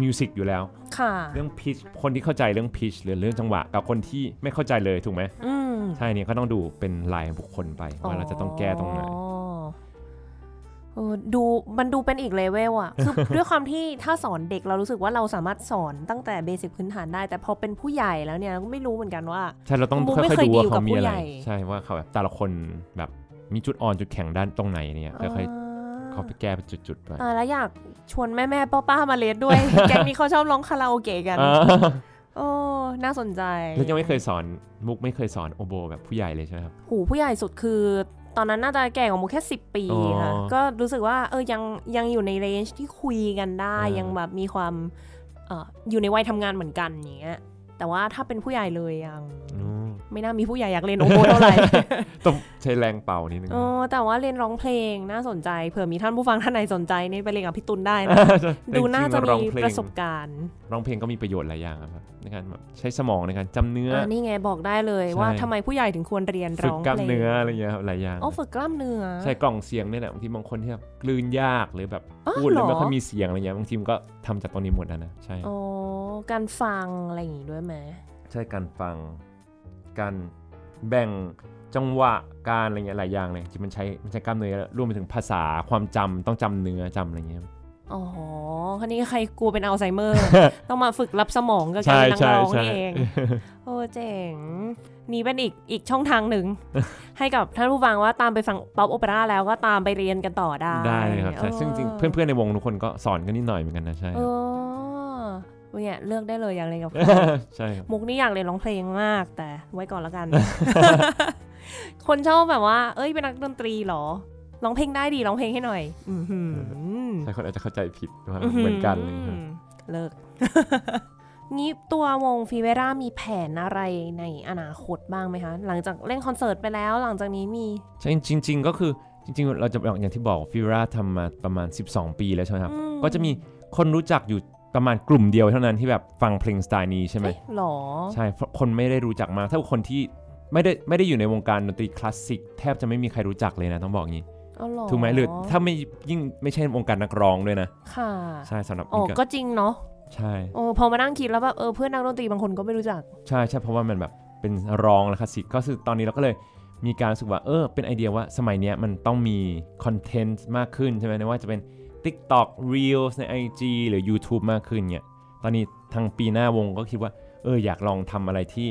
Speaker 1: music อยู่แล้ว
Speaker 2: ค่ะ
Speaker 1: เรื่อง pitch คนที่เข้าใจเรื่อง pitch หรือเรื่องจังหวะ กับคนที่ไม่เข้าใจเลยถูกไหม
Speaker 2: อืม
Speaker 1: ใช่เนี่ยก็ต้องดูเป็นลายบุคคลไปว่าเราจะต้องแก้ตรงไหน
Speaker 2: อ๋อเออดูมันดูเป็นอีกเลเวล อะคือ ด้วยความที่ถ้าสอนเด็กเรารู้สึกว่าเราสามารถสอนตั้งแต่เบสิกพื้นฐานได้ แต่พอเป็นผู้ใหญ่แล้วเนี่ยก็ไม่รู้เหมือนกันว่า
Speaker 1: ใช่ เราต้อง
Speaker 2: มุก
Speaker 1: ค่
Speaker 2: ไม่
Speaker 1: อย
Speaker 2: เค
Speaker 1: ๆ
Speaker 2: ย
Speaker 1: ดู
Speaker 2: ดี
Speaker 1: ว่า
Speaker 2: ลกับ
Speaker 1: เขามีอะไร
Speaker 2: ผู้ใหญ่
Speaker 1: ใช่ว่าเขาแบบแต่ละคนแบบมีจุดอ่อนจุดแข็งด้านตรงไหนเนี่ยค่อยๆเขาไปแก้เป็นจุดๆไป
Speaker 2: อ่าแล้วอยากชวนแม่แม่ป้าป้าๆมาเลดด้วย แก๊งนี้เขาชอบร้องคาราโอเกะกัน
Speaker 1: อ่า
Speaker 2: โอ้ น่าสนใจ
Speaker 1: แล้วยังไม่เคยสอนมุกไม่เคยสอนโอโบแบบผู้ใหญ่เลยใช่ไหมครับ
Speaker 2: หูผู้ใหญ่สุดคือ ตอนนั้นน่าจะแก่กว่าโมแค่ 10 ปี
Speaker 1: อ๋อ
Speaker 2: ค่ะ ก็รู้สึกว่าเออยังยังอยู่ในเรนจ์ที่คุยกันได้
Speaker 1: อ่ายั
Speaker 2: ยังแบบมีความเอ่ออยู่ในวัยทำงานเหมือนกันอย่างเงี้ย แต่ว่าถ้าเป็นผู้ใหญ่เลยยัง
Speaker 1: อืม
Speaker 2: ไม่น่ามีผู้ใหญ่อยากเรียนโอโบ เท่าไหร่
Speaker 1: ต้องใช้แรงเป่านิดนึง
Speaker 2: เออแต่ว่าเรียนร้องเพลงน่าสนใจเผื่อมีท่านผู้ฟังท่านไหนสนใจนี่ไปเรียนกับพี่ตุลได้ นะ ดูน่าจะ
Speaker 1: แต่ริงๆร้อง
Speaker 2: มี
Speaker 1: เพลง
Speaker 2: ประสบการณ์
Speaker 1: ร้องเพลงก็มีประโยชน์หลายอย่างครับในการแบบใช้สมองในการจำเนื้อ
Speaker 2: อ่านี่ไงบอกได้เลย
Speaker 1: ใช่
Speaker 2: ว่าทำไมผู้ใหญ่ถึงควรเรียน
Speaker 1: ฝึ
Speaker 2: ร้
Speaker 1: ก
Speaker 2: อง
Speaker 1: กล้าม
Speaker 2: เพลง
Speaker 1: เนื้ออะไรเงี้ยครับหลายอย่าง
Speaker 2: อ๋อฝึกกล้ามเนื้อ
Speaker 1: ใช่กล่องเสียงเนี่ยแหละบางทีบางคนที่แบบกลืนยากหรือแบบ
Speaker 2: อ๋อ
Speaker 1: พูดแล้วไม่
Speaker 2: เหรอ
Speaker 1: ค่อยมีเสียงอะไรเงี้ยบางทีมันก็ทำจากตรงนี้หมดนะนะใช่
Speaker 2: อ๋อการฟังอะไรอย่างงี้ด้วยไหม
Speaker 1: ใช่การฟัง การแบ่งจังหวะการอะไรเงี้ยหลายอย่างเลยที่มันใช้มันใช้กล้ามเนื้อรวมไปถึงภาษาความจำต้องจำเนื้อจำอะไรเงี้ย
Speaker 2: อ๋อคันนี้ใครกลัวเป็นอัลไซเมอร์ ต้องมาฝึกรับสมองกับ
Speaker 1: ใช่
Speaker 2: การนังร้อง
Speaker 1: ใช่
Speaker 2: นี่
Speaker 1: ใช่
Speaker 2: เอง โอ้เจ๋งนี่เป็นอีกอีกช่องทางหนึ่ ง ให้กับท่านผู้ฟังว่าตามไปฟังป๊อปโอเปร่าแล้วก็ตามไปเรียนกันต่อได้
Speaker 1: ได้เลยครับใช่ซึ่งจริงๆ
Speaker 2: อ
Speaker 1: เพื่อนๆในวงทุกคนก็สอนกันนิดหน่อยเหมือนกันนะใช่
Speaker 2: เออเนี่ยเลือกได้เลยอยากเรียน กับใคร
Speaker 1: ใช่ครับ
Speaker 2: มุกนี่อยากเรียนร้องเพลงมาก แต่ไว้ก่อนละกัน คนชอบแบบว่า เอ้ย เป็นนักดนตรีเหรอ ร้องเพลงได้ดีร้องเพลงให้หน่อย อือหือ
Speaker 1: ใช่คนอาจจะเข้าใจผิดว่า
Speaker 2: อื้อ
Speaker 1: เหมือนกันเลยครับ
Speaker 2: เลิก งี้ตัววงฟีเวรามีแผนอะไรในอนาคตบ้างไหมคะ หลังจากเล่นคอนเสิร์ตไปแล้ว หลังจากนี้มี
Speaker 1: ใช่จริง ๆ ก็คือจริง ๆ เราจะบอกอย่างที่บอกฟิราทำมาประมาณ 12 ปีแล้วใช่ไหมครับ
Speaker 2: อืม
Speaker 1: ก็จะมีคนรู้จักอยู่ประมาณกลุ่มเดียวเท่านั้นที่แบบฟังเพลงสไตล์นี้ใช่ไหม
Speaker 2: เอ๊ะหรอ
Speaker 1: ใช่เพราะคนไม่ได้รู้จักมากถ้าคนที่ไม่ได้ไม่ได้อยู่ในวงการดนตรีคลาสสิกแทบจะไม่มีใครรู้จักเลยนะต้องบอกงี้
Speaker 2: เอาหรอ
Speaker 1: ถูกไหมหรือถ้าไม่ยิ่งไม่ใช่วงการนักร้องด้วยนะ
Speaker 2: ค่ะ
Speaker 1: ใช่สำหรับ
Speaker 2: อ๋อ
Speaker 1: นี่ก็
Speaker 2: ก็จริงเนาะ
Speaker 1: ใช่
Speaker 2: เออพอมานั่งคิดแล้วแบบเออเพื่อนนักดนตรีบางคนก็ไม่รู้จัก
Speaker 1: ใช่ใช่เพราะว่ามันแบบเป็นร้องและคลาสสิกก็คือตอนนี้เราก็เลยมีการรู้สึกว่าเออเป็นไอเดียว่าสมัยเนี้ยมันต้องมีคอนเทนต์มากขึ้นใช่ไหมไม่ว่าจะเป็น TikTok Reels ใน IG หรือ YouTube มากขึ้นเนี่ยตอนนี้ทางปีหน้าวงก็คิดว่าเอออยากลองทำอะไรที่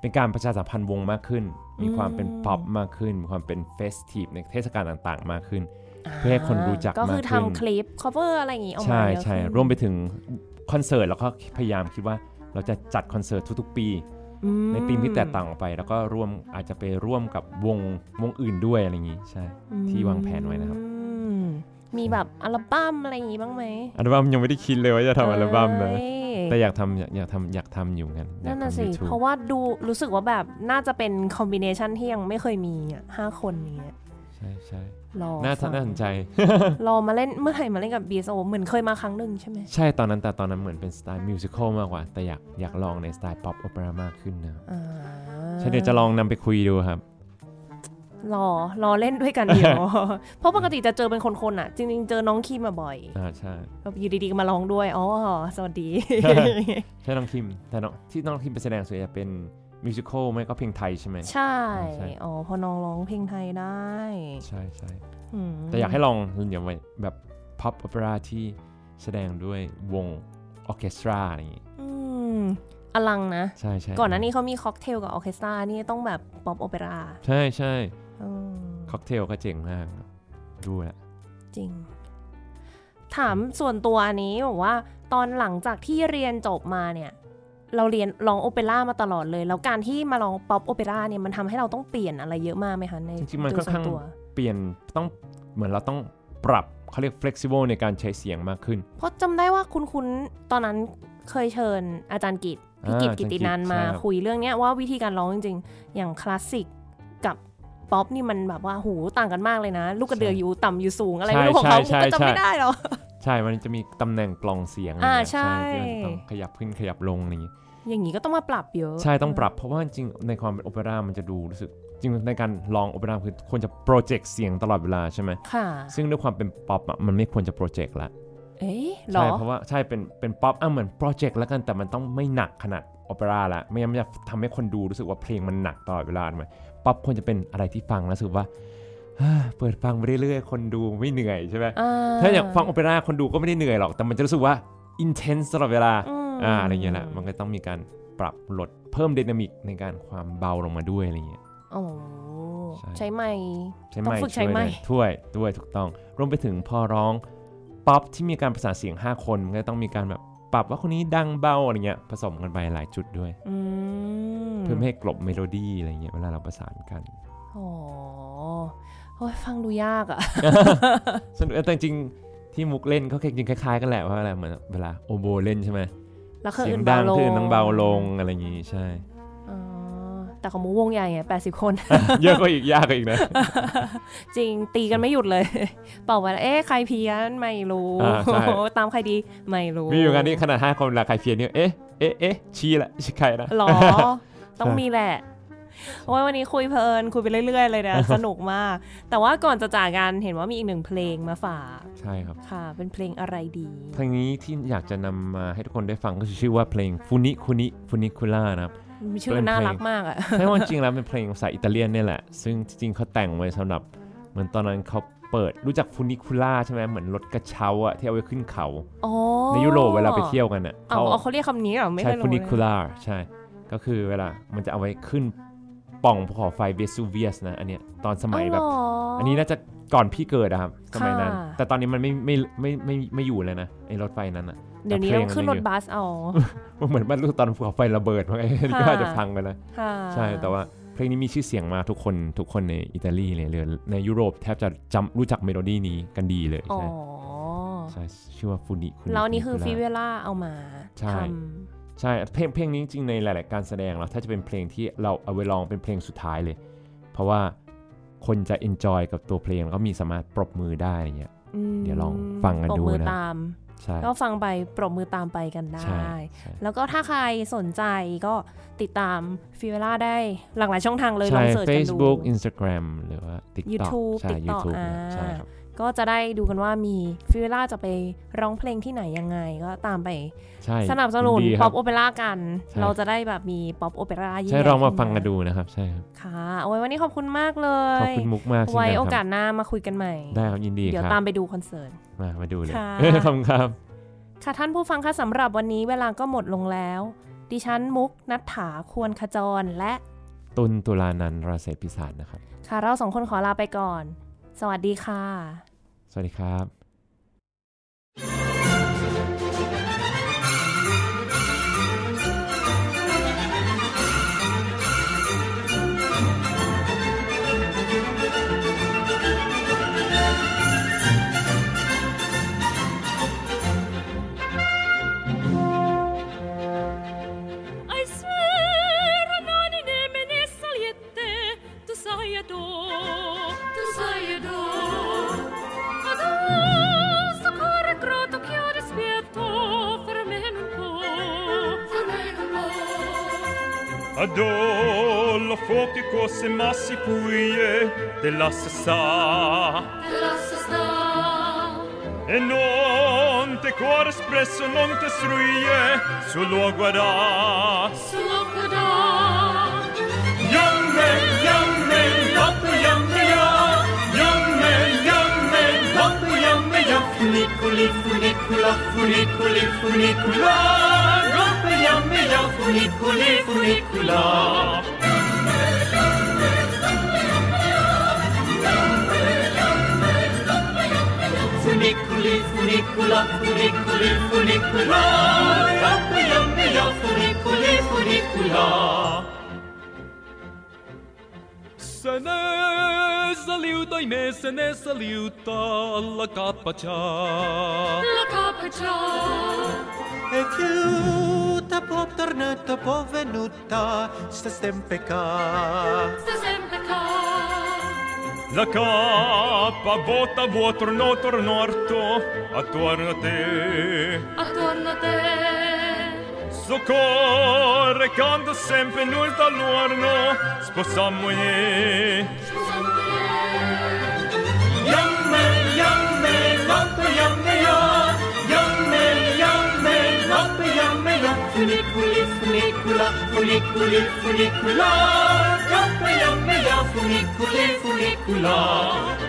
Speaker 1: เป็นการประชาสัมพันธ์วงมากขึ้น มีความเป็น
Speaker 2: อืม
Speaker 1: ป๊อปมากขึ้น มีความเป็นเฟสทีฟในเทศกาลต่างๆ มากขึ้น เพื่อให้คนรู้จัก
Speaker 2: ก็คื
Speaker 1: มาก
Speaker 2: อ
Speaker 1: ขึ้น
Speaker 2: ทำคลิป cover อะไรอย่างงี้ออกมา
Speaker 1: ใช่
Speaker 2: เยอะ
Speaker 1: ใช่
Speaker 2: ขึ้น
Speaker 1: รวมไปถึงคอนเสิร์ตแล้วก็พยายามคิดว่าเราจะจัดคอนเสิร์ตทุกๆ ปี
Speaker 2: อืม
Speaker 1: ในธีมที่แตกต่างออกไป แล้วก็ร่วมอาจจะไปร่วมกับวงวงอื่นด้วยอะไรอย่างนี้ใช่ ที่วางแผนไว้นะครับ
Speaker 2: อืมมีแบบอัลบั้มอะไรอย่างงี้บ้างไหม
Speaker 1: อัลบั้มยังไม่ได้คิดเลยว่าจะทำอัลบั้มนะ
Speaker 2: เอ้ย
Speaker 1: แต่อยากทำอยากอยากทำอยากทำอยู่เหมือนกันอยา
Speaker 2: นั่
Speaker 1: ก
Speaker 2: นน่ะ
Speaker 1: ทำ
Speaker 2: สิ
Speaker 1: YouTube
Speaker 2: เพราะว่าดูรู้สึกว่าแบบน่าจะเป็นคอมบิเนชันที่ยังไม่เคยมีอะห้าคนเนี้ย
Speaker 1: ใช่ใช่
Speaker 2: รอ
Speaker 1: น่า
Speaker 2: ฟัง
Speaker 1: น่าสนใจ
Speaker 2: รอมาเล่นเมื่อไหร่มาเล่นกับ BSO เหมือนเคยมาครั้งหนึ่งใช่ไหม
Speaker 1: ใช่ตอนนั้นแต่ตอนนั้นเหมือนเป็นสไตล์มิวสิควลมากกว่าแต่อยากอยากลองในสไตล์ป๊อปโอเปร่ามากขึ้นนะ
Speaker 2: อ่า
Speaker 1: ใช่เดี๋ยวจะลองนำไปคุยดูครับ
Speaker 2: รอรอเล่นด้วยกันเดียว เพราะปกติจะเจอเป็นคนๆอ่ะ จริงๆเจอน้องคีมาบ่อย
Speaker 1: อ่าใช่
Speaker 2: แบบอยู่ดีๆก็มาร้องด้วย อ๋อ สวัส ดี
Speaker 1: ใช่น้องคิมแต่น้องที่น้องคิมไปแสดงส่วนใหญ่เป็นมิวสิควลไม่ก็เพลงไทยใช่ไหม
Speaker 2: ใช่
Speaker 1: ใช่
Speaker 2: อ๋อ พอน้องร้องเพลงไทยได้
Speaker 1: ใช่ใช่
Speaker 2: อืม
Speaker 1: แต่อยากให้ลองเดี๋ยวไว้แบบพับโอเปร่าที่แสดงด้วยวงออร์เคสตราอะไรอย่างงี้
Speaker 2: อืมอลังนะ
Speaker 1: ใช่ใช่
Speaker 2: ก่อนหน้านี้เขามีค็อกเทลกับออร์เคสตรา นี่ต้องแบบป๊อปโอเปร่า
Speaker 1: ใช่ใช่
Speaker 2: อืม
Speaker 1: ค็อกเทลก็เจ๋งมากดูแหละ
Speaker 2: จริง ถามส่วนตัวอันนี้บอกว่า ตอนหลังจากที่เรียนจบมาเนี่ย เราเรียนร้องโอเปร่ามาตลอดเลย แล้วการที่มาร้องป๊อปโอเปร่าเนี่ยมันทำให้เราต้องเปลี่ยนอะไรเยอะมากไหมคะใน
Speaker 1: จริงๆมัน
Speaker 2: โด
Speaker 1: ค่อย น
Speaker 2: ส่ว
Speaker 1: ข้าง
Speaker 2: ตัว
Speaker 1: เปลี่ยนต้องเหมือนเราต้องปรับเขาเรียก flexible ในการใช้เสียงมากขึ้น
Speaker 2: เพราะจำได้ว่าคุณคุณตอนนั้นเคยเชิญอาจารย์กิตพี่
Speaker 1: อ่า
Speaker 2: กิตกิตตินันท์
Speaker 1: อาจารย์กิต
Speaker 2: มา
Speaker 1: ใช่ครับ
Speaker 2: คุยเรื่องเนี้ยว่าวิธีการร้องจริงๆ อย่างคลาสสิกกับป๊อปนี่มันแบบว่าหูต่างกันมากเลยนะ ลูกกระเดืออยู่ต่ำอยู่สูงอะไรไม่รู้ของเขาผมก็จำไม่ได้หรอก
Speaker 1: ใช่ มันจะมีตำแหน่งกลองเสียงอะไร
Speaker 2: อ่า
Speaker 1: เงี้ย
Speaker 2: ใช่
Speaker 1: ที่มันจะต้องขยับขึ้นขยับลงอะไรอย่างงี้
Speaker 2: อย่างนี้ก็ต้องมาปรับเยอะ
Speaker 1: ใช่ต้องปรับเพราะว่าจริงๆในความเป็นโอเปร่ามันจะดูรู้สึก จริงๆในการลองโอเปร่าคือควรจะโปรเจกต์เสียงตลอดเวลาใช่ไหม
Speaker 2: ค่ะ
Speaker 1: ซึ่งด้วยความเป็นป๊อปอะมันไม่ควรจะโปรเจกต์ละ
Speaker 2: เอ๊ะเหร
Speaker 1: ใช่
Speaker 2: อ
Speaker 1: เพราะว่าใช่เป็นเป็นป๊อปอ่ะเหมือนโปรเจกต์แล้วกันแต่มันต้องไม่หนักขนาดโอเปร่าละไม่งั้นมันจะทำให้คนดูรู้สึกว่าเพลงมันหนักตลอดเวลาไหมป๊อปควรจะเป็นอะไรที่ฟังแล้วรู้สึกว่า เฮ้ยเปิดฟังไปเรื่อยๆ คนดูไม่เหนื่อยใช่ไหม
Speaker 2: อ่
Speaker 1: ถ้าอยากฟังโอเปร่าคนดูก็ไม่ได้เหนื่อยหรอกแต่มันจะรู้สึกว่าอินเทนส์ตลอดเวลา
Speaker 2: มา
Speaker 1: อะไรเงี้ยแหละมันก็ต้องมีการปรับลดเพิ่มไดินามิกในการความเบาลงมาด้วยอะไรเงี้ย
Speaker 2: โอ้
Speaker 1: ใช่
Speaker 2: ใช้ไมค์
Speaker 1: ใช่
Speaker 2: ต้
Speaker 1: ไหม
Speaker 2: องฝึกใช้
Speaker 1: ช่วย
Speaker 2: ไหม
Speaker 1: เลยถ้วยด้วยถูกต้อง รวมไปถึงพอร้องป๊อปที่มีการประสานเสียง 5 คนมันก็ต้องมีการแบบปรับว่าคนนี้ดังเบาอะไรเงี้ยผสมกันไปหลายจุดด้วย
Speaker 2: อืม
Speaker 1: เพื่อไม่ให้กลบเมโลดี้อะไรเงี้ยเวลาเราประสานกัน
Speaker 2: โอ้โอ้ยฟังดูยากอะ
Speaker 1: สนุกแต่จริงๆที่มุกเล่นเขาจริงๆคล้ายๆกันแหละว่าอะไรเหมือนเวลาโอโบเล่นใช่ไหม
Speaker 2: แล้วคือ
Speaker 1: เสีย
Speaker 2: อื่
Speaker 1: ง
Speaker 2: น
Speaker 1: ดั
Speaker 2: เบาง ลง
Speaker 1: ขึ้นต้องเบาลงอะไรอย่างงี้ใช่
Speaker 2: อ๋อแต่ของมูวงใหญ่ไงแปดสิบคน
Speaker 1: เยอะกว่าอีกยากกว่าอีกนะ
Speaker 2: จริงตีกันไม่หยุดเลย เป่าไปแล้วเอ๊ะใครเพี้ยนไม่รู้
Speaker 1: าใช่
Speaker 2: ตามใครดีไม่รู้
Speaker 1: มีอยู่งานนี้ขนาด5คนเวลาใครเพียนเนี่ยเอ๊ะเอ๊ะเอ๊ะชี้ละชี้ใครนะ
Speaker 2: หรอ ต้องมีแหละโอ้ยวันนี้คุยเพลินคุยไปเรื่อย ๆ เลยนะ สนุกมาก แต่ว่าก่อนจะจากกันเห็นว่ามีอีกหนึ่งเพลงมาฝาก
Speaker 1: ใช่ครับ
Speaker 2: ค่ะ เป็นเพลงอะไรดี
Speaker 1: เพลงนี้ที่อยากจะนำมาให้ทุกคนได้ฟังก็คือชื่อว่าเพลงฟูนิคุนิฟูนิคุล่านะครับ
Speaker 2: มีชื่อ
Speaker 1: เป็นเพลง
Speaker 2: น่ารักมากอะ
Speaker 1: ใช่ว่าจริงๆแล้วเป็นเพลงภาษาอิตาเลียนเนี่ยแหละ ซึ่งจริงๆเขาแต่งไว้สำหรับเหมือนตอนนั้นเขาเปิดรู้จักฟูนิคุล่าใช่ไหมเหมือนรถกระเช้าอะที่เอาไว้ขึ้นเขา
Speaker 2: อ๋อ
Speaker 1: ในยุโรปเวลาไปเที่ยวกันอะ
Speaker 2: เอาเอาเขาเรียกคำนี้เหรอไม่
Speaker 1: ใช้
Speaker 2: เคยรู้
Speaker 1: ฟูนิ
Speaker 2: เลย
Speaker 1: คุล่าใช่ ก็คือเวลามันจะเอาไว้ขึ้นป่องภูเขาไฟเวสูเวียสนะอันเนี้ยตอนสมัยแบบ
Speaker 2: อ๋อ
Speaker 1: อันนี้น่าจะก่อนพี่เกิดอะครับสมัยนั้น
Speaker 2: ค่ะ
Speaker 1: แต่ตอนนี้มันไม่ไม่ไม่ไม่ไม่อยู่เลยนะไอ้รถไฟนั้นอะ
Speaker 2: เดี๋ยวนี้
Speaker 1: แต่เพลง
Speaker 2: ต้องขึ้น
Speaker 1: มั
Speaker 2: ร
Speaker 1: น
Speaker 2: ถ
Speaker 1: ยังอยู่
Speaker 2: บัสเอา
Speaker 1: มันเหมือนมันรู้ตอนภูเขาไฟระเบิด มั้งไอ้นี่ก็อาจจะพังไปแล้ว
Speaker 2: ค่ะ
Speaker 1: ใช่แต่ว่าเพลงนี้มีชื่อเสียงมาทุกคนทุกคนในอิตาลีเลยหรือในยุโรปแทบจะจำรู้จักเมโลดี้นี้กันดีเลย
Speaker 2: อ๋อ
Speaker 1: ใช่ใช่ชื่อว่าฟูนิคุ
Speaker 2: แล้วอันนี้คือฟีเวล่าเอามา
Speaker 1: ใช่
Speaker 2: ท
Speaker 1: ใช่เพลงเพลงนี้จริงๆในหลาย ๆ การแสดงเราถ้าจะเป็นเพลงที่เราเอาไว้ลองเป็นเพลงสุดท้ายเลย เพราะว่าคนจะ enjoy กับตัวเพลงแล้วก็มีสามารถปรบมือได้อะไรเงี้ย
Speaker 2: ำอืม
Speaker 1: เดี๋ยวลองฟังกัน
Speaker 2: ปรบ
Speaker 1: ดู
Speaker 2: มือ
Speaker 1: นะ
Speaker 2: ตาม
Speaker 1: ใช่
Speaker 2: ก็ฟังไปปรบมือตามไปกันได้
Speaker 1: ใช่ใช่
Speaker 2: แล้วก็ถ้าใครสนใจก็ติดตามฟีเวล่าได้หลากหลายช่องทางเลยล
Speaker 1: ใช่
Speaker 2: องเสิร์ชกันดู
Speaker 1: Facebook Instagram หรือว่า TikTok
Speaker 2: YouTube
Speaker 1: ใช่
Speaker 2: TikTok
Speaker 1: YouTube
Speaker 2: อ่า
Speaker 1: ใช่ครับ
Speaker 2: ก็จะได้ดูกันว่ามีฟีเวล่าจะไปร้องเพลงที่ไหนยังไง ก็ตามไป
Speaker 1: ใช่
Speaker 2: สนับสนุน
Speaker 1: ยิดีค
Speaker 2: ป๊
Speaker 1: รั
Speaker 2: อปโอเปร่ากัน
Speaker 1: ใช่
Speaker 2: เราจะได้แบบมีป๊อปโอเปร่ายิ่ง
Speaker 1: ใช่
Speaker 2: ใหญ่
Speaker 1: ลองมา
Speaker 2: ขึ้น
Speaker 1: ฟังกันดูนะครับใช่ครับ
Speaker 2: ค่ะโอ้ยวันนี้ขอบคุณมากเล
Speaker 1: ขอบ
Speaker 2: ย
Speaker 1: คุณมุกมากเช่น
Speaker 2: ไว้
Speaker 1: กัน
Speaker 2: โอกา
Speaker 1: คั
Speaker 2: รส
Speaker 1: บ
Speaker 2: หน้ามาคุยกันใหม่
Speaker 1: ได้ครับยินดี
Speaker 2: เดี๋ย
Speaker 1: คว รับ
Speaker 2: ตามไปดูคอนเสิร์ต
Speaker 1: มามาดูเลย
Speaker 2: ค่ะ
Speaker 1: ขอบคุณครับ
Speaker 2: ค่ะท่านผู้ฟังคะสำหรับวันนี้เวลาก็หมดลงแล้ว ดิฉันมุกนัฐถาควรขจรและ
Speaker 1: ตุลตุลานันท์ราเสพิสารนะครับ
Speaker 2: ค่ะเราสองคนขอลาไปก่อน สวัสดีค่ะ
Speaker 1: สวัสดีครับ
Speaker 3: I swear non nemmeno saliette tu sai ad tu sai ad Adesso corre croto che ho rispetto fermen un po' fermen un po'
Speaker 5: Adò la fuochi cose massi puie della sa
Speaker 3: Della sta
Speaker 5: e non te cuore espresso non te struie sul luogo da
Speaker 3: sulla coda
Speaker 5: young man young man lotto young man young man young man lotto young man young funiculi funicula funiculi funicula lotto young man young funiculi funicula Funiculi, funicula, funiculi, funicula, lotto young man young funiculi
Speaker 4: saliuta, Inese ne saliuta, la capaccia.
Speaker 3: La capaccia,
Speaker 6: E chiuta, può tornata, può venuta, sta stempeca.
Speaker 3: sta sempre ca.
Speaker 4: La cappa vuota, vuo tornò, tornorto, attorno a te.
Speaker 3: Attorno a te,
Speaker 4: Soccorre, canto sempre noi dall'orno, sposammo e...
Speaker 3: sposami te.
Speaker 4: Yamme, yamme, lappe, yamme, ya. Yamme, yamme, lappe, yamme, ya. Funiculi, funicula, funiculi, funicula. Yamme, yamme, ya. Funiculi, funicula.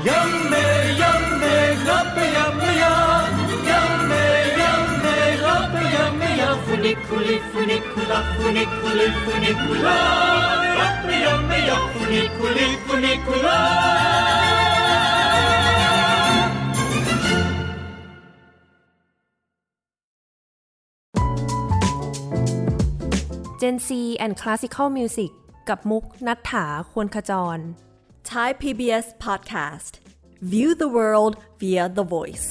Speaker 4: Yamme, yamme, lappe, yamme, ya. Yamme, yamme, lappe, yamme, ya. Funiculi, funicula, funiculi, funicula. Lappe, yamme, ya. Funiculi, funicula.
Speaker 7: Gen C and Classical Music กับมุกนัฐถาควรขจร
Speaker 2: Thai PBS podcast. View the world via the voice.